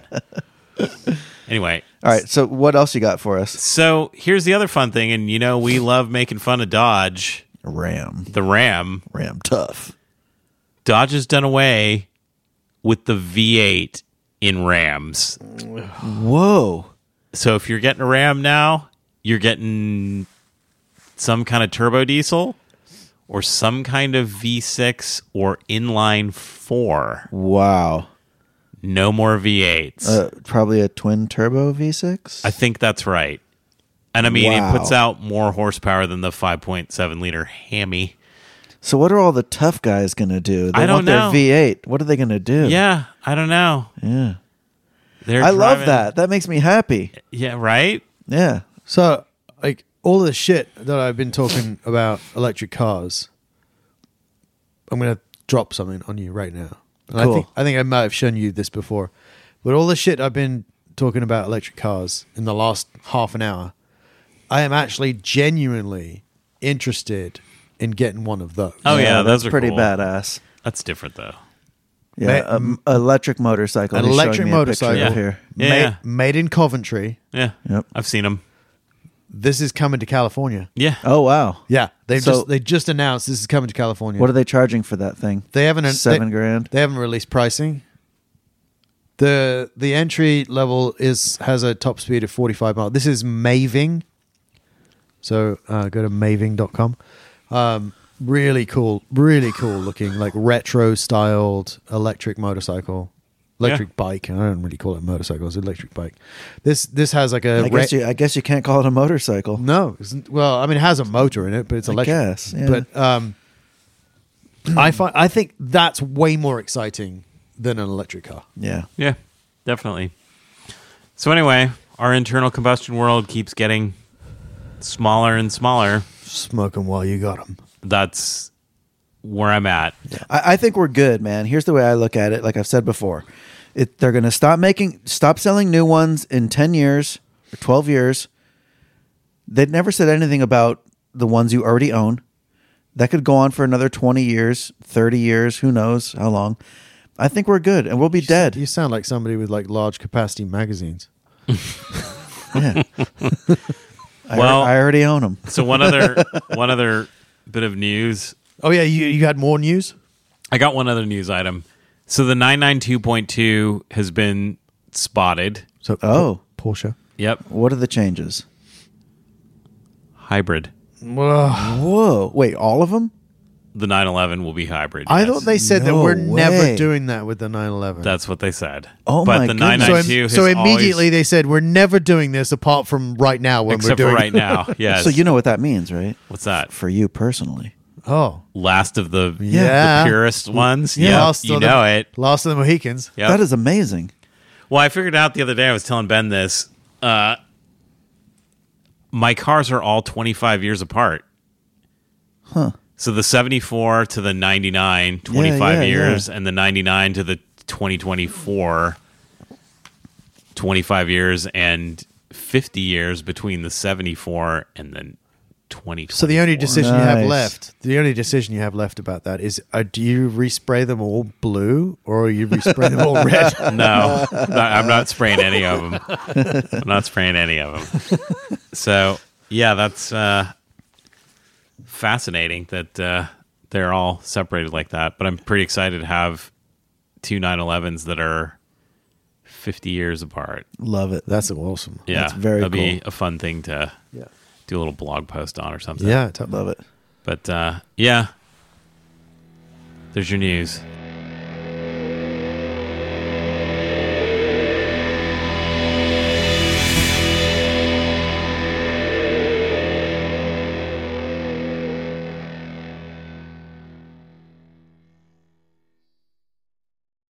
anyway all right. So what else you got for us? so here's the other fun thing and you know we love making fun of Dodge Ram, the Ram Ram, tough. Dodge has done away with the V8 in Rams Whoa. So if you're getting a Ram now, you're getting some kind of turbo diesel or some kind of V6 or inline 4. Wow. No more V8s. Uh, probably a twin turbo V6. I think that's right. And I mean, Wow. it puts out more horsepower than the 5.7 liter Hammy. so what are all the tough guys going to do? They I want don't their know. V8. What are they going to do? Yeah, I don't know. Yeah. They're I love driving- that. That makes me happy. Yeah, right? Yeah. So, like all the shit that I've been talking about electric cars, I'm gonna drop something on you right now. And I Cool. think I think I might have shown you this before, but all the shit I've been talking about electric cars in the last half an hour, I am actually genuinely interested in getting one of those. Oh, yeah, that's those are pretty cool. badass. That's different, though. Yeah, Ma- um, electric motorcycle. An He's showing electric me a picture motorcycle up here. Yeah. Made, made in Coventry. Yeah. Yep. I've seen them. this is coming to California. Yeah. Oh wow. Yeah, they So- just they just announced this is coming to California. What are they charging for that thing? they haven't they- Seven grand. They haven't released pricing. the The entry level is has a top speed of forty five miles. This is Maving, so uh, go to maving.com. Um, really cool, really cool looking, like retro styled electric motorcycle, electric bike. I don't really call it motorcycle; it's electric bike. This this has like a I re- guess you. I guess you can't call it a motorcycle. no, it's- well, I mean, it has a motor in it, but it's electric. guess, yeah. But um, I find I think that's way more exciting than an electric car. Yeah. Yeah, definitely. So anyway, our internal combustion world keeps getting smaller and smaller. Smoking while you got them. That's where I'm at. I, I think we're good, man. Here's the way I look at it. Like I've said before, it, they're going to stop making, stop selling new ones in ten years or twelve years. They'd never said anything about the ones you already own. That could go on for another twenty years, thirty years. Who knows how long? I think we're good, and we'll be dead. You sound like somebody with like large capacity magazines. Yeah. I, Well- I already own them. So one other one other bit of news. Oh yeah, you you had more news. I got one other news item. So the 992.2 has been spotted. So uh, Oh. Porsche. Yep, What are the changes? hybrid. Whoa! Wait, all of them? The 911 will be hybrid. I yes. thought they said that No we're never way. doing that with the 911. That's what they said. Oh but my the goodness. so, 992 so has always- immediately they said we're never doing this apart from right now when except we're for doing right now. Yes. So you know what that means, right? what's that? For you personally. Oh Last of the, Yeah. the purest ones. Yeah, Last you of the- know it. Last of the Mohicans. Yep. That is amazing. Well, I figured out the other day. I was telling Ben this. Uh, my cars are all 25 years apart. Huh. So the 74 to the 99, 25 yeah, years, and the 99 to the 2024, 25 years, and 50 years between the 74 and the 20. So the only decision you have Nice. left, the only decision you have left about that is: uh, do you respray them all blue or you respray them all red? No, not- I'm not spraying any of them. I'm not spraying any of them. So yeah, that's uh, fascinating that uh, they're all separated like that. But I'm pretty excited to have two 911s that are 50 years apart. Love it. That's awesome. Yeah, That's very that'd be cool. a fun thing to Yeah, do a little blog post on or something. yeah, totally. Love it. but uh, yeah, there's your news.